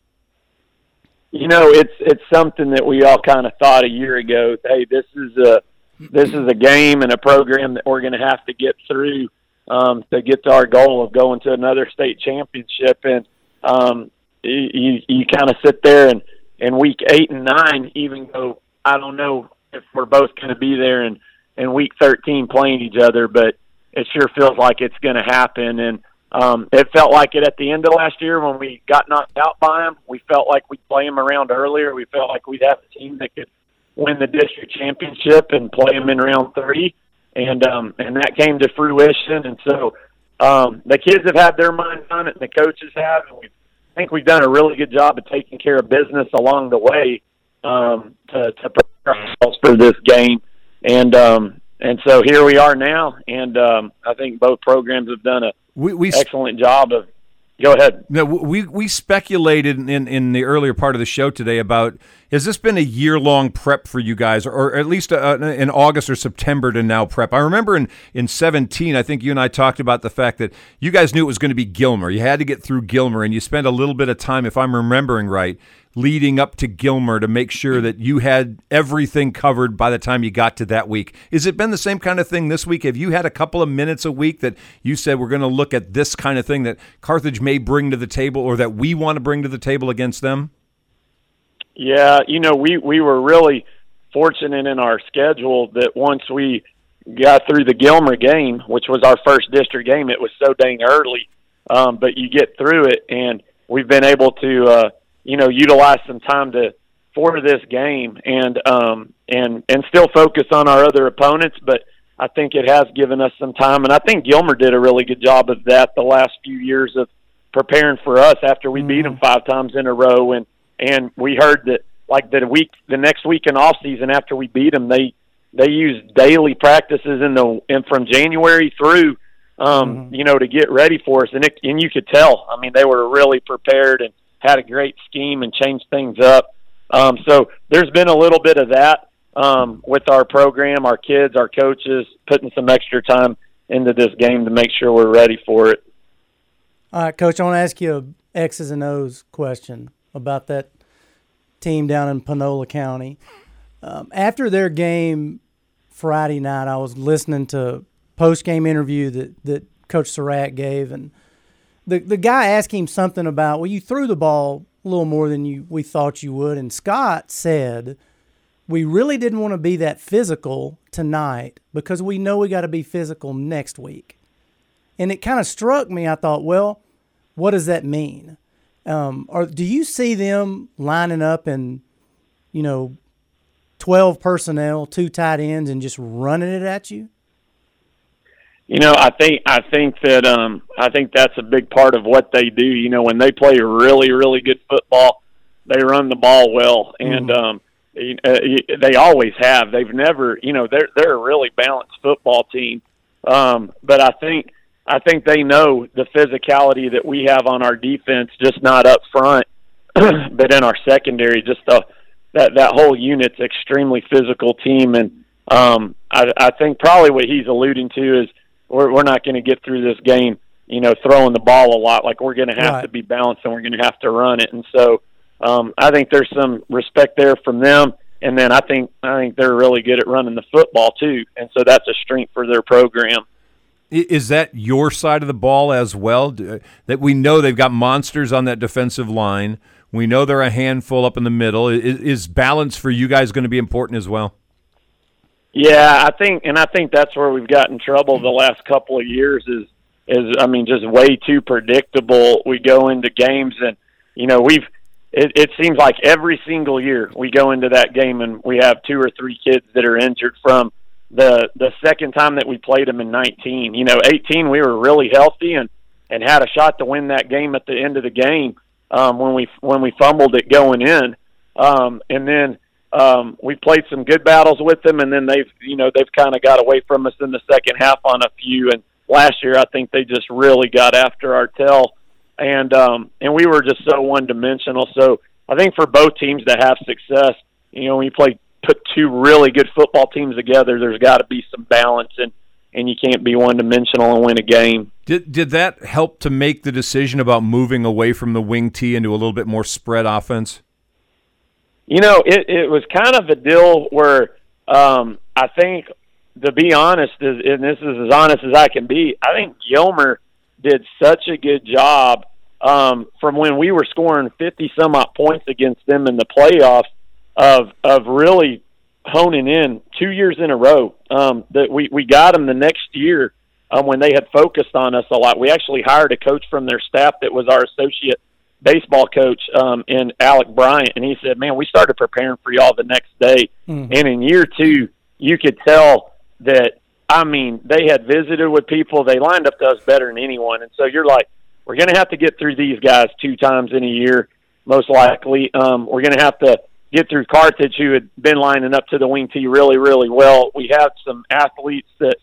you know it's it's something that we all kind of thought a year ago hey this is a this is a game and a program that we're going to have to get through um, to get to our goal of going to another state championship and um, you you, you kind of sit there and in week eight and nine even though I don't know if we're both going to be there in in week thirteen playing each other but it sure feels like it's going to happen and um, it felt like it at the end of last year when we got knocked out by them. We felt like we'd play them around earlier. We felt like we'd have a team that could win the district championship and play them in round three, and um, and that came to fruition. And so um, the kids have had their minds on it, and the coaches have, and we I think we've done a really good job of taking care of business along the way um, to to prepare ourselves for this game. And um, and so here we are now, and um, I think both programs have done a We we excellent job of. Go ahead. No, we we speculated in in the earlier part of the show today about has this been a year long prep for you guys, or, or at least uh, in August or September to now prep? I remember in in seventeen, I think you and I talked about the fact that you guys knew it was going to be Gilmer. You had to get through Gilmer, and you spent a little bit of time, if I'm remembering right, leading up to Gilmer to make sure that you had everything covered by the time you got to that week. Has it been the same kind of thing this week? Have you had a couple of minutes a week that you said we're going to look at this kind of thing that Carthage may bring to the table or that we want to bring to the table against them? Yeah, you know, we we were really fortunate in our schedule that once we got through the Gilmer game, which was our first district game, it was so dang early. Um, but you get through it, and we've been able to, uh, you know, utilize some time to for this game and um, and and still focus on our other opponents. But I think it has given us some time, and I think Gilmer did a really good job of that the last few years of preparing for us after we beat them five times in a row and and we heard that like the week the next week in off season after we beat them they they used daily practices in the and from January through um, you know, to get ready for us. And it, and you could tell. I mean, they were really prepared and had a great scheme and changed things up. Um, so there's been a little bit of that um, with our program, our kids, our coaches, putting some extra time into this game to make sure we're ready for it. All right, Coach, I want to ask you a X's and O's question about that team down in Panola County. Um, after their game Friday night, I was listening to post game interview that, that Coach Surratt gave, and the the guy asked him something about well, you threw the ball a little more than you we thought you would, and Scott said we really didn't want to be that physical tonight because we know we got to be physical next week. And it kind of struck me. I thought, well, what does that mean? Um, or do you see them lining up and, you know, 12 personnel, two tight ends, and just running it at you? You know, I think I think that um I think that's a big part of what they do. You know, when they play really really good football, they run the ball well and um you- uh, you- they always have. They've never, you know, they're they're a really balanced football team. Um but I think I think they know the physicality that we have on our defense just not up front, but in our secondary just the that that whole unit's extremely physical team and um I I think probably what he's alluding to is we're we're not going to get through this game, you know, throwing the ball a lot. Like we're going to have Right. to be balanced and we're going to have to run it. And so um, I think there's some respect there from them. And then I think I think they're really good at running the football too. And so that's a strength for their program. I- Is that your side of the ball as well? Do- That we know they've got monsters on that defensive line. We know they're a handful up in the middle. I- i- Is balance for you guys going to be important as well? Yeah, I think, and I think that's where we've got in trouble the last couple of years is is I mean just way too predictable. We go into games and you know we've it, it seems like every single year we go into that game and we have two or three kids that are injured from the the second time that we played them in 19. You know, 18 we were really healthy and and had a shot to win that game at the end of the game um, when we when we fumbled it going in, um, and then um, we played some good battles with them, and then they've you know they've kind of got away from us in the second half on a few. And last year, I think they just really got after our tail, and um, and we were just so one dimensional. So I think for both teams to have success, you know, when you play put two really good football teams together, there's got to be some balance, and and you can't be one dimensional and win a game. Did, did that help to make the decision about moving away from the wing tee into a little bit more spread offense? You know, it it was kind of a deal where um, I think, to be honest, is- and this is as honest as I can be, I think Gilmer did such a good job um, from when we were scoring fifty some odd points against them in the playoffs of of really honing in two years in a row. Um, that we we got them the next year um, when they had focused on us a lot. We actually hired a coach from their staff that was our associate baseball coach um, in Alec Bryant, and he said, "Man, we started preparing for y'all the next day, and in year two, you could tell that. I mean, they had visited with people; they lined up to us better than anyone, and so you're like, we're going to have to get through these guys two times in a year, most likely. Um, we're going to have to get through Carthage, who had been lining up to the wing tee really, really well. We have some athletes that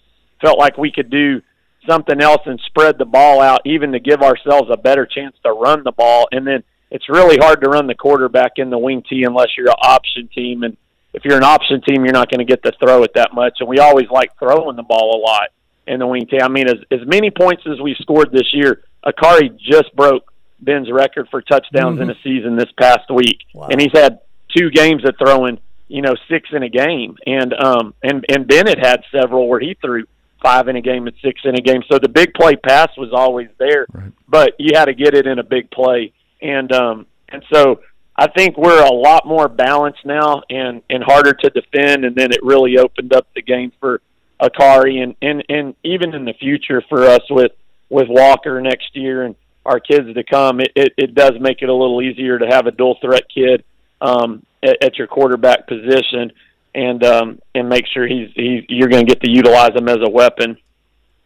felt like we could do something else and spread the ball out, even to give ourselves a better chance to run the ball. And then it's really hard to run the quarterback in the wing tee unless you're an option team. And if you're an option team, you're not going to get to throw it that much. And we always like throwing the ball a lot in the wing tee. I mean, as, as many points as we've scored this year, Akari just broke Ben's record for touchdowns in a season this past week. And he's had two games of throwing, you know, six in a game. And um and, and Bennett had several where he threw five in a game and six in a game. So the big play pass was always there. But you had to get it in a big play. And um and so I think we're a lot more balanced now and, and harder to defend and then it really opened up the game for Akari and, and, and even in the future for us with with Walker next year and our kids to come, it, it, it does make it a little easier to have a dual threat kid um, at, at your quarterback position and um, and make sure he's he, you're going to get to utilize him as a weapon.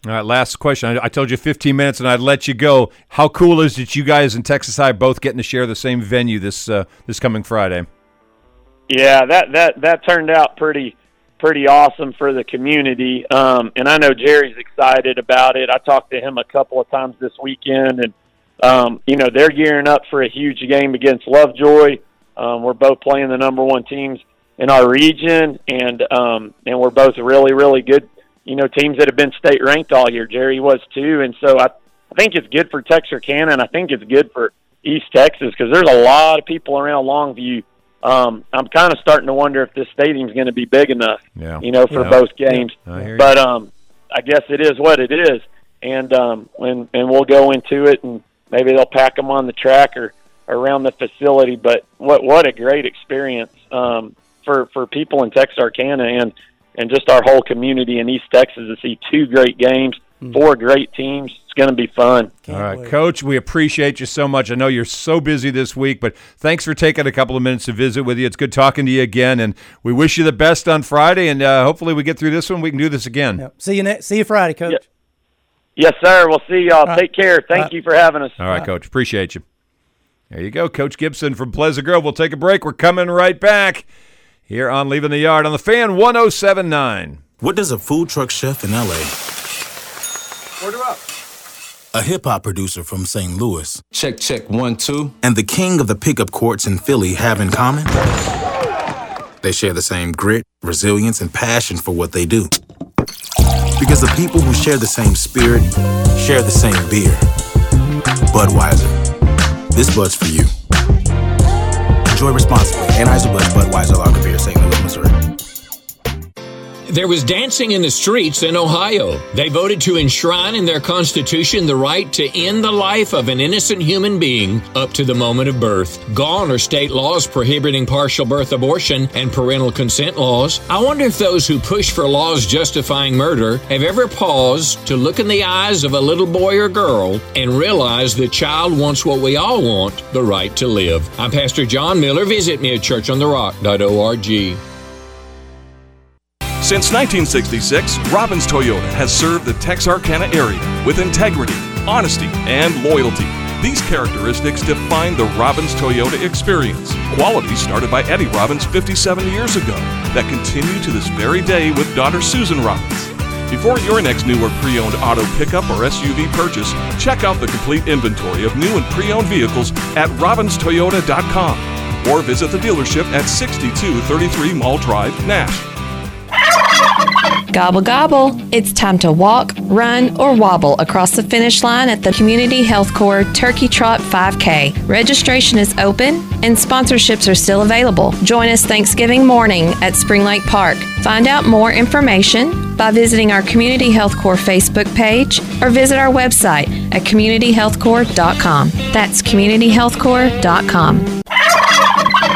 All right, last question. I, I told you 15 minutes, and I'd let you go. How cool is it you guys in Texas High both getting to share the same venue this uh, this coming Friday? Yeah, that that that turned out pretty pretty awesome for the community. Um, and I know Jerry's excited about it. I talked to him a couple of times this weekend, and um, you know they're gearing up for a huge game against Lovejoy. Um, we're both playing the number one teams in our region, and um, and we're both really really good. You know teams that have been state ranked all year. Jerry was too, and so I I think it's good for Texarkana, and I think it's good for East Texas because there's a lot of people around Longview. Um, I'm kind of starting to wonder if this stadium's going to be big enough, Yeah. you know, for Yeah. both games. Yeah. I hear you. But um, I guess it is what it is, and um, and and we'll go into it, and maybe they'll pack them on the track or around the facility. But what what a great experience um, for for people in Texarkana and and just our whole community in East Texas to see two great games, four great teams. It's going to be fun. All right, Coach, we appreciate you so much. I know you're so busy this week, but thanks for taking a couple of minutes to visit with you. It's good talking to you again, and we wish you the best on Friday. And uh, hopefully, we get through this one. We can do this again. See you next. See you Friday, coach. Yes, sir. We'll see y'all. right. Take care. Thank you for having us. All right, Coach, appreciate you. There you go, Coach Gibson from Pleasant Grove. We'll take a break. We're coming right back here on Leaving the Yard on the Fan 1079. What does a food truck chef in LA, Order up. a hip hop producer from St. Louis, check, check, one, two, and the king of the pickup courts in Philly have in common? They share the same grit, resilience, and passion for what they do. Because the people who share the same spirit share the same beer. Budweiser. This Bud's for you. Enjoy responsibly. Anheuser-Busch Budweiser Lager Beer, St. Louis, Missouri. There was dancing in the streets in Ohio. They voted to enshrine in their constitution the right to end the life of an innocent human being up to the moment of birth. Gone are state laws prohibiting partial birth abortion and parental consent laws. I wonder if those who push for laws justifying murder have ever paused to look in the eyes of a little boy or girl and realize the child wants what we all want the right to live. I'm Pastor John Miller. Visit me at churchontherock.org. Since 1966, Robbins Toyota has served the Texarkana area with integrity, honesty, and loyalty. These characteristics define the Robbins Toyota experience. Quality started by Eddie Robbins 57 years ago that continue to this very day with daughter Susan Robbins. Before your next new or pre owned auto pickup or SUV purchase, check out the complete inventory of new and pre owned vehicles at robinstoyota.com or visit the dealership at 6233 Mall Drive, Nash. Gobble, gobble. It's time to walk, run, or wobble across the finish line at the Community Health Corps Turkey Trot 5K. Registration is open and sponsorships are still available. Join us Thanksgiving morning at Spring Lake Park. Find out more information by visiting our Community Health Corps Facebook page or visit our website at communityhealthcorps.com. That's communityhealthcorps.com.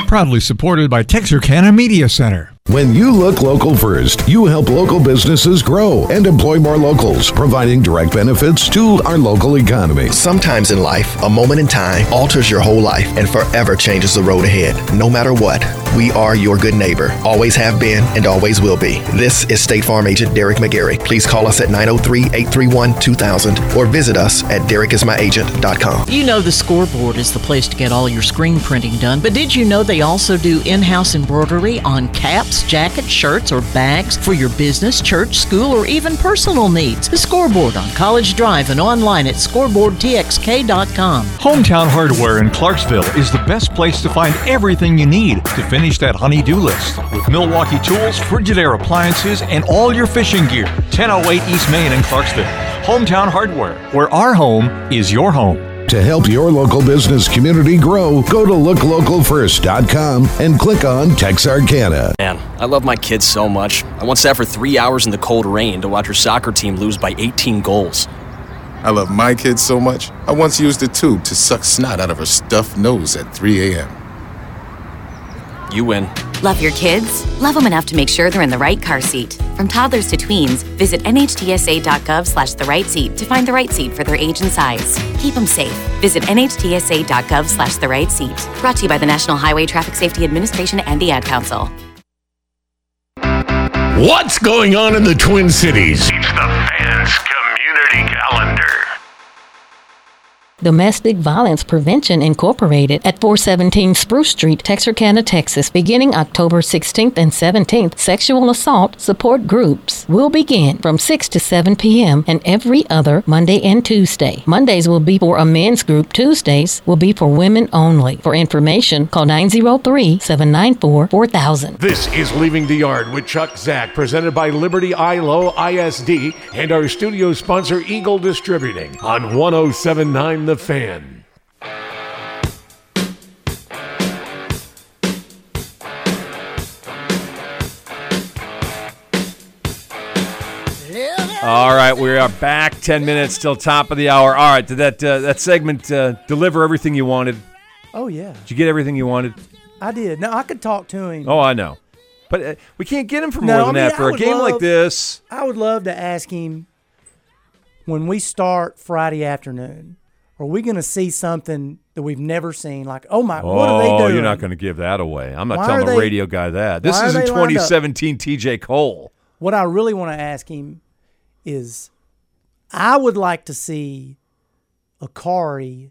Proudly supported by Texarkana Media Center. When you look local first, you help local businesses grow and employ more locals, providing direct benefits to our local economy. Sometimes in life, a moment in time alters your whole life and forever changes the road ahead. No matter what, we are your good neighbor. Always have been and always will be. This is State Farm Agent Derek McGarry. Please call us at 903 831 2000 or visit us at DerekIsMyAgent.com. You know the scoreboard is the place to get all your screen printing done, but did you know they also do in house embroidery on caps, jackets, shirts, or bags for your business, church, school, or even personal needs? The scoreboard on College Drive and online at scoreboardtxk.com. Hometown Hardware in Clarksville is the best place to find everything you need to finish that honey-do list. With Milwaukee tools, Frigidaire appliances, and all your fishing gear. 1008 East Main in Clarksville. Hometown Hardware, where our home is your home. To help your local business community grow, go to looklocalfirst.com and click on Texarkana. Man, I love my kids so much. I once sat for three hours in the cold rain to watch her soccer team lose by 18 goals. I love my kids so much, I once used a tube to suck snot out of her stuffed nose at 3 a.m. You win. Love your kids? Love them enough to make sure they're in the right car seat. From toddlers to tweens, visit nhtsa.gov slash the right seat to find the right seat for their age and size. Keep them safe. Visit nhtsa.gov slash the right seat. Brought to you by the National Highway Traffic Safety Administration and the Ad Council. What's going on in the Twin Cities? It's the fans' community calendar. Domestic Violence Prevention Incorporated at 417 Spruce Street, Texarkana, Texas, beginning October 16th and 17th. Sexual assault support groups will begin from 6 to 7 p.m. and every other Monday and Tuesday. Mondays will be for a men's group, Tuesdays will be for women only. For information, call 903 794 4000. This is Leaving the Yard with Chuck Zack, presented by Liberty ILO ISD and our studio sponsor, Eagle Distributing, on 1079 The Fan. All right, we are back. Ten minutes till top of the hour. All right, did that uh, that segment uh, deliver everything you wanted? Oh yeah, Did you get everything you wanted? I did. Now I could talk to him. Oh, I know, but uh, we can't get him for more No, I than mean, that for I a would game like love- this. I would love to ask him when we start Friday afternoon. Are we going to see something that we've never seen? Like, oh my, what are they oh, doing? you're not going to give that away. I'm not Why telling are the they- radio guy that. This why are isn't they lined up? 2017 TJ Cole. What I really want to ask him is I would like to see Akari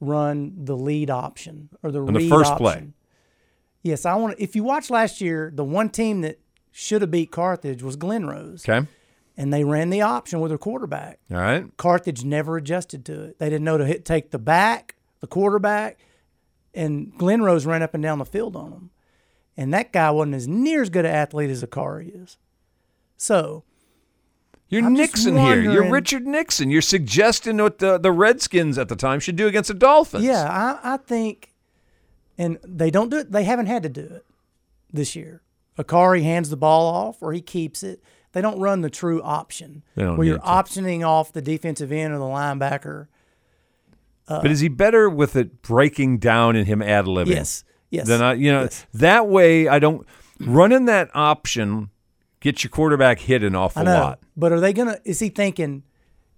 run the lead option or the On the read first play. option. Yes, I want to. If you watch last year, the one team that should have beat Carthage was Glenrose, Okay. and they ran the option with their quarterback. All right. Carthage never adjusted to it. They didn't know to hit, take the back, the quarterback, and Glenrose ran up and down the field on him. And that guy wasn't as near as good an athlete as Akari is. So You're I'm just Nixon here. You're wondering- Richard Nixon. You're suggesting what the, the Redskins at the time should do against the Dolphins. Yeah, I, I think, and they don't do it. They haven't had to do it this year. Akari hands the ball off, or he keeps it. They don't run the true option They don't where you're need to. optioning off the defensive end or the linebacker. uh, But is he better with it breaking down and him ad libbing? Yes, yes, Then I, you know, that way I don't running that option. Get your quarterback hit an awful I know, lot. but are they gonna? Is he thinking,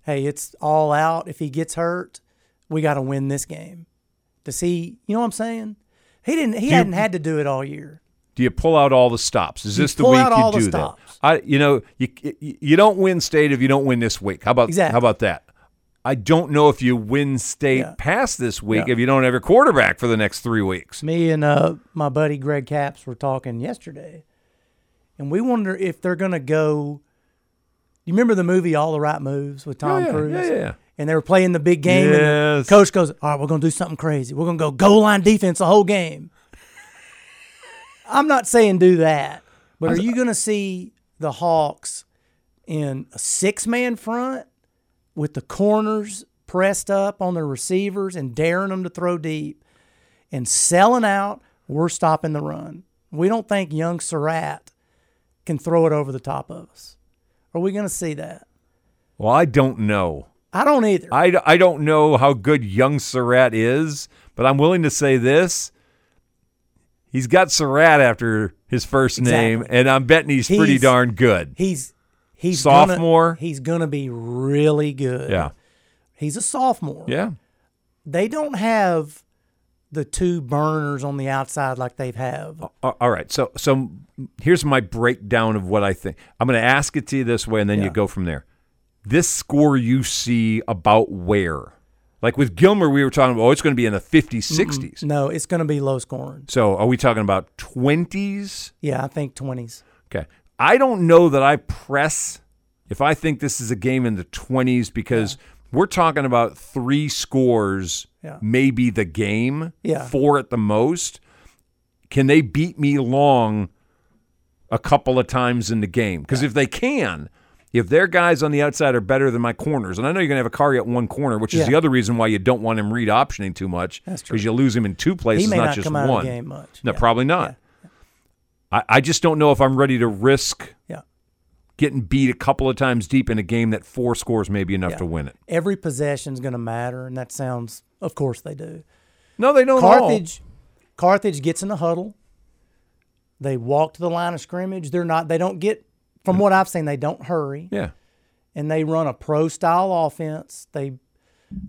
hey, it's all out. If he gets hurt, we got to win this game. Does he? You know what I'm saying? He didn't. He Do you- hadn't had to do it all year. Do you pull out all the stops? Is You this the pull week out all you the do that? I, you know, you you don't win state if you don't win this week. How about Exactly. how about that? I don't know if you win state past this week Yeah. if you don't have your quarterback for the next three weeks. Me and uh, my buddy Greg Caps were talking yesterday, and we wonder if they're going to go. You remember the movie All the Right Moves with Tom Yeah, yeah, Cruise? yeah, yeah. And they were playing the big game, and Yes. the coach goes, "All right, we're going to do something crazy. We're going to go goal line defense the whole game." I'm not saying do that, but are you going to see the Hawks in a six man front with the corners pressed up on their receivers and daring them to throw deep? and selling out, we're stopping the run. We don't think young Surratt can throw it over the top of us. Are we going to see that? Well, I don't know. I don't either. I, d- I don't know how good young Surratt is, but I'm willing to say this. He's got Surratt after his first name, and I'm betting he's, pretty He's- darn good. He's he's Sophomore? Gonna, he's going to be really good. Yeah. He's a sophomore. Yeah. They don't have the two burners on the outside like they've have. A- All right. So so here's my breakdown of what I think. I'm going to ask it to you this way, and then you Yeah. go from there. This score you see about where? Like with Gilmer, we were talking about, oh, it's going to be in the 50s, 60s. Mm-mm. No, it's going to be low scoring. So are we talking about 20s? Yeah, I think 20s. Okay. I don't know that I press if I think this is a game in the 20s because we're talking about three scores, Yeah. maybe the game, Yeah. four at the most. Can they beat me long a couple of times in the game? Because if they can, if their guys on the outside are better than my corners, and I know you're going to have a car at one corner, which is Yeah. the other reason why you don't want him read optioning too much, That's true. because you lose him in two places, may not, not just come out one. of the game much. No, probably not. I, I just don't know if I'm ready to risk Yeah. getting beat a couple of times deep in a game that four scores may be enough Yeah. to win it. Every possession's going to matter, and that sounds, of course, they do. No, they don't. all. Carthage, Carthage gets in the huddle. They walk to the line of scrimmage. They're not. They don't get. From what I've seen, they don't hurry, Yeah. and they run a pro style offense. They,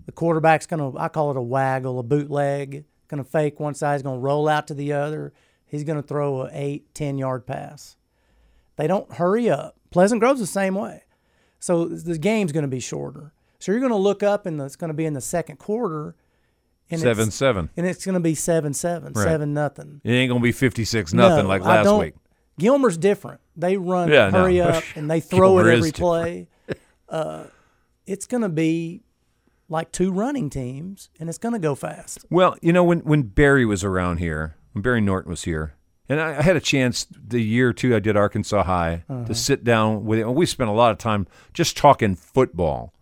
the quarterback's gonna. I call it a waggle, a bootleg. Gonna fake one side. He's gonna roll out to the other. He's gonna throw a eight, ten yard pass. They don't hurry up. Pleasant Grove's the same way, so the game's gonna be shorter. So you're going to look up and it's going to be in the second quarter. it's- Seven, seven. And it's going to be seven seven Right. seven nothing. It ain't gonna be fifty six nothing No, like I last don't- week. Gilmer's different. They run Yeah, no. hurry up and they throw Gilmer it is every different. play. Uh, it's going to be like two running teams, and it's going to go fast. Well, you know, when, when Barry was around here, when Barry Norton was here, and I, I had a chance the year or two I did Arkansas High Uh-huh. to sit down with him. We spent a lot of time just talking football,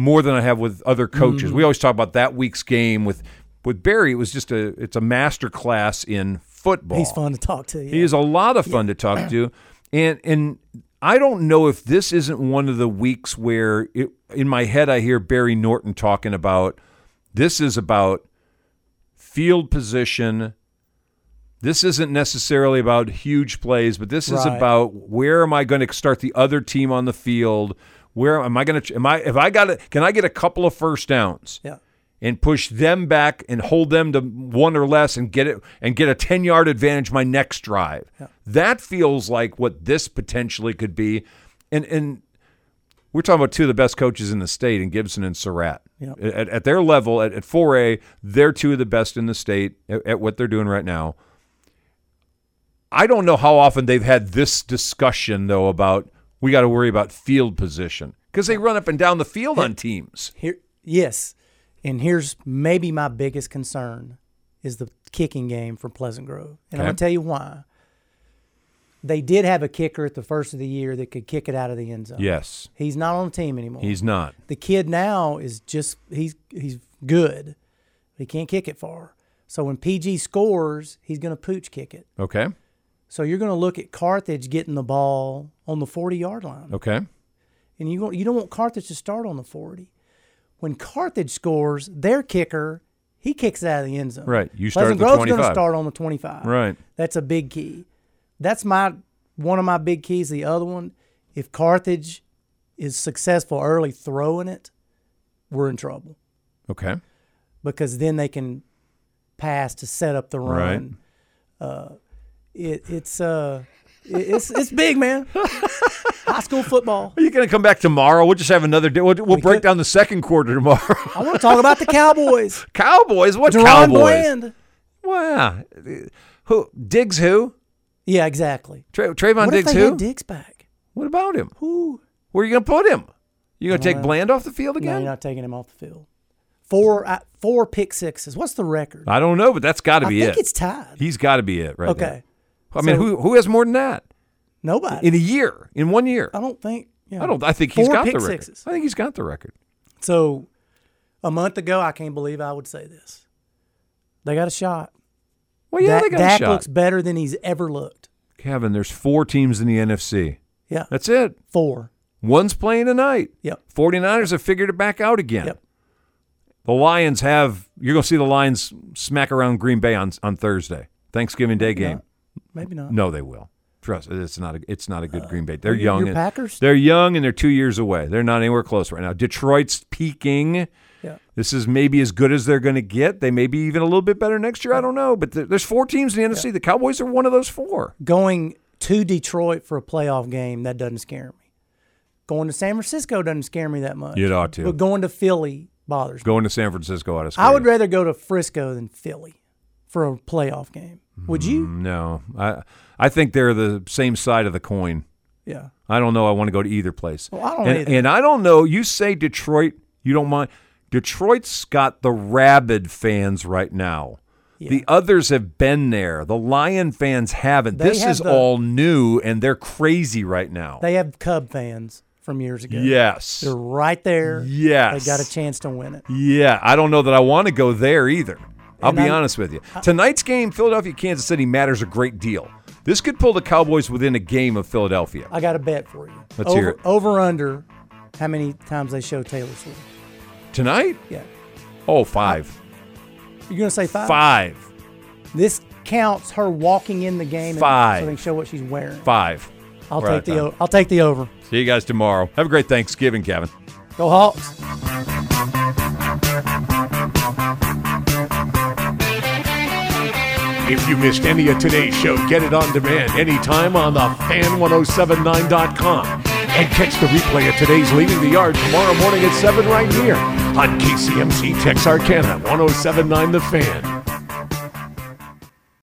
more than I have with other coaches. Mm. Mm-hmm. We always talk about that week's game with with Barry. It was just a it's a master class in football. He's fun to talk to. yeah. He is a lot of fun to talk to, and and I don't know if this isn't one of the weeks where it, in my head I hear Barry Norton talking about this is about field position. This isn't necessarily about huge plays, but this is Right. about where am I going to start the other team on the field? Where am I going to? Am I if I got it? Can I get a couple of first downs? Yeah. And push them back and hold them to one or less and get it and get a ten yard advantage my next drive. That feels like what this potentially could be, and and we're talking about two of the best coaches in the state in Gibson and Surratt. Yeah. At, at their level, at, at 4A, they're two of the best in the state at, at what they're doing right now. I don't know how often they've had this discussion, though, about we got to worry about field position because they run up and down the field on teams. Here, yes, and here's maybe my biggest concern is the kicking game for Pleasant Grove, and I'm Okay. going to tell you why. They did have a kicker at the first of the year that could kick it out of the end zone. Yes. he's not on the team anymore. He's not. The kid now is just he's he's good, but he can't kick it far. So when PG scores, he's going to pooch kick it. Okay. So you're going to look at Carthage getting the ball on the 40 yard line. Okay. And you, don't- you don't want Carthage to start on the 40. When Carthage scores, their kicker, he kicks it out of the end zone. Right. You start Pleasant at the Grove's going 25. to start on the 25. Right. That's a big key. That's my one of my big keys. The other one, if Carthage is successful early throwing it, we're in trouble Okay. because then they can pass to set up the Right. run. Uh, it, it's uh, it- it's it's big, man. High school football. Are you going to come back tomorrow? We'll just have another day. We'll, we'll break down the second quarter tomorrow. I want to talk about the Cowboys. Cowboys? What Deron Cowboys? Bland. Wow. Who? Diggs who? Yeah, exactly. Tra- Trayvon what Diggs if they who? Had Diggs back. What about him? Who? Where are you going to put him? You going to take Uh, Bland off the field No, again? you're not taking him off the field. Four uh, four pick sixes. What's the record? I don't know, but that's got to I be think it. it's tied. He's got to be it right Okay. now. I mean, So- who who has more than that? Nobody. In a year, in one year. I don't think. yeah. I don't. I think he's Four got the pick record. sixes. I think he's got the record. So, a month ago, I can't believe I would say this. They got a shot. Well, yeah, Dak, they got a Dak shot. looks better than he's ever looked. Kevin, there's four teams in the NFC. Yeah. That's it. Four. One's playing tonight. Yep. 49ers have figured it back out again. Yep. The Lions have. You're going to see the Lions smack around Green Bay on on Thursday, Thanksgiving Day game. Maybe not. No, they will. Trust it, it's not a it's not a Uh, good Green Bay. They're your- young. your and- Packers? They're young and they're two years away. They're not anywhere close right now. Detroit's peaking. Yeah. This is maybe as good as they're going to get. They may be even a little bit better next year. I don't know. But there- there's four teams in the NFC. The Cowboys are one of those four. Going to Detroit for a playoff game, that doesn't scare me. Going to San Francisco doesn't scare me that much. It ought to. But going to Philly bothers me. Going to San Francisco out of I would rather go to Frisco than Philly for a playoff game. Would Mm-hmm. you? No, I I think they're the same side of the coin. Yeah. I don't know. I want to go to either place. Well, I don't and, either. and I don't know. You say Detroit, you don't mind. Detroit's got the rabid fans right now. The others have been there. The Lion fans haven't. They this have is the- all new, and they're crazy right now. They have Cub fans from years ago. Yes. They're right there. Yes. They got a chance to win it. Yeah, I don't know that I want to go there either. I'll And be I'm- honest with you. Tonight's game, Philadelphia Kansas City, matters a great deal. This could pull the Cowboys within a game of Philadelphia. I got a bet for you. Let's over, hear it. Over under how many times they show Taylor Swift. Tonight? Yeah. Oh, five. You're going to say five? Five. This counts her walking in the game. and- Five. So they can show what she's wearing. Five. I'll We're out take of the time. o- I'll take the over. See you guys tomorrow. Have a great Thanksgiving, Kevin. Go Hawks. If you missed oh any of today's show, get it on demand anytime on the fan1079.com And catch the replay of today's Leaving the Yard tomorrow morning at 7 right here on KCMC Texarkana 1079 The Fan.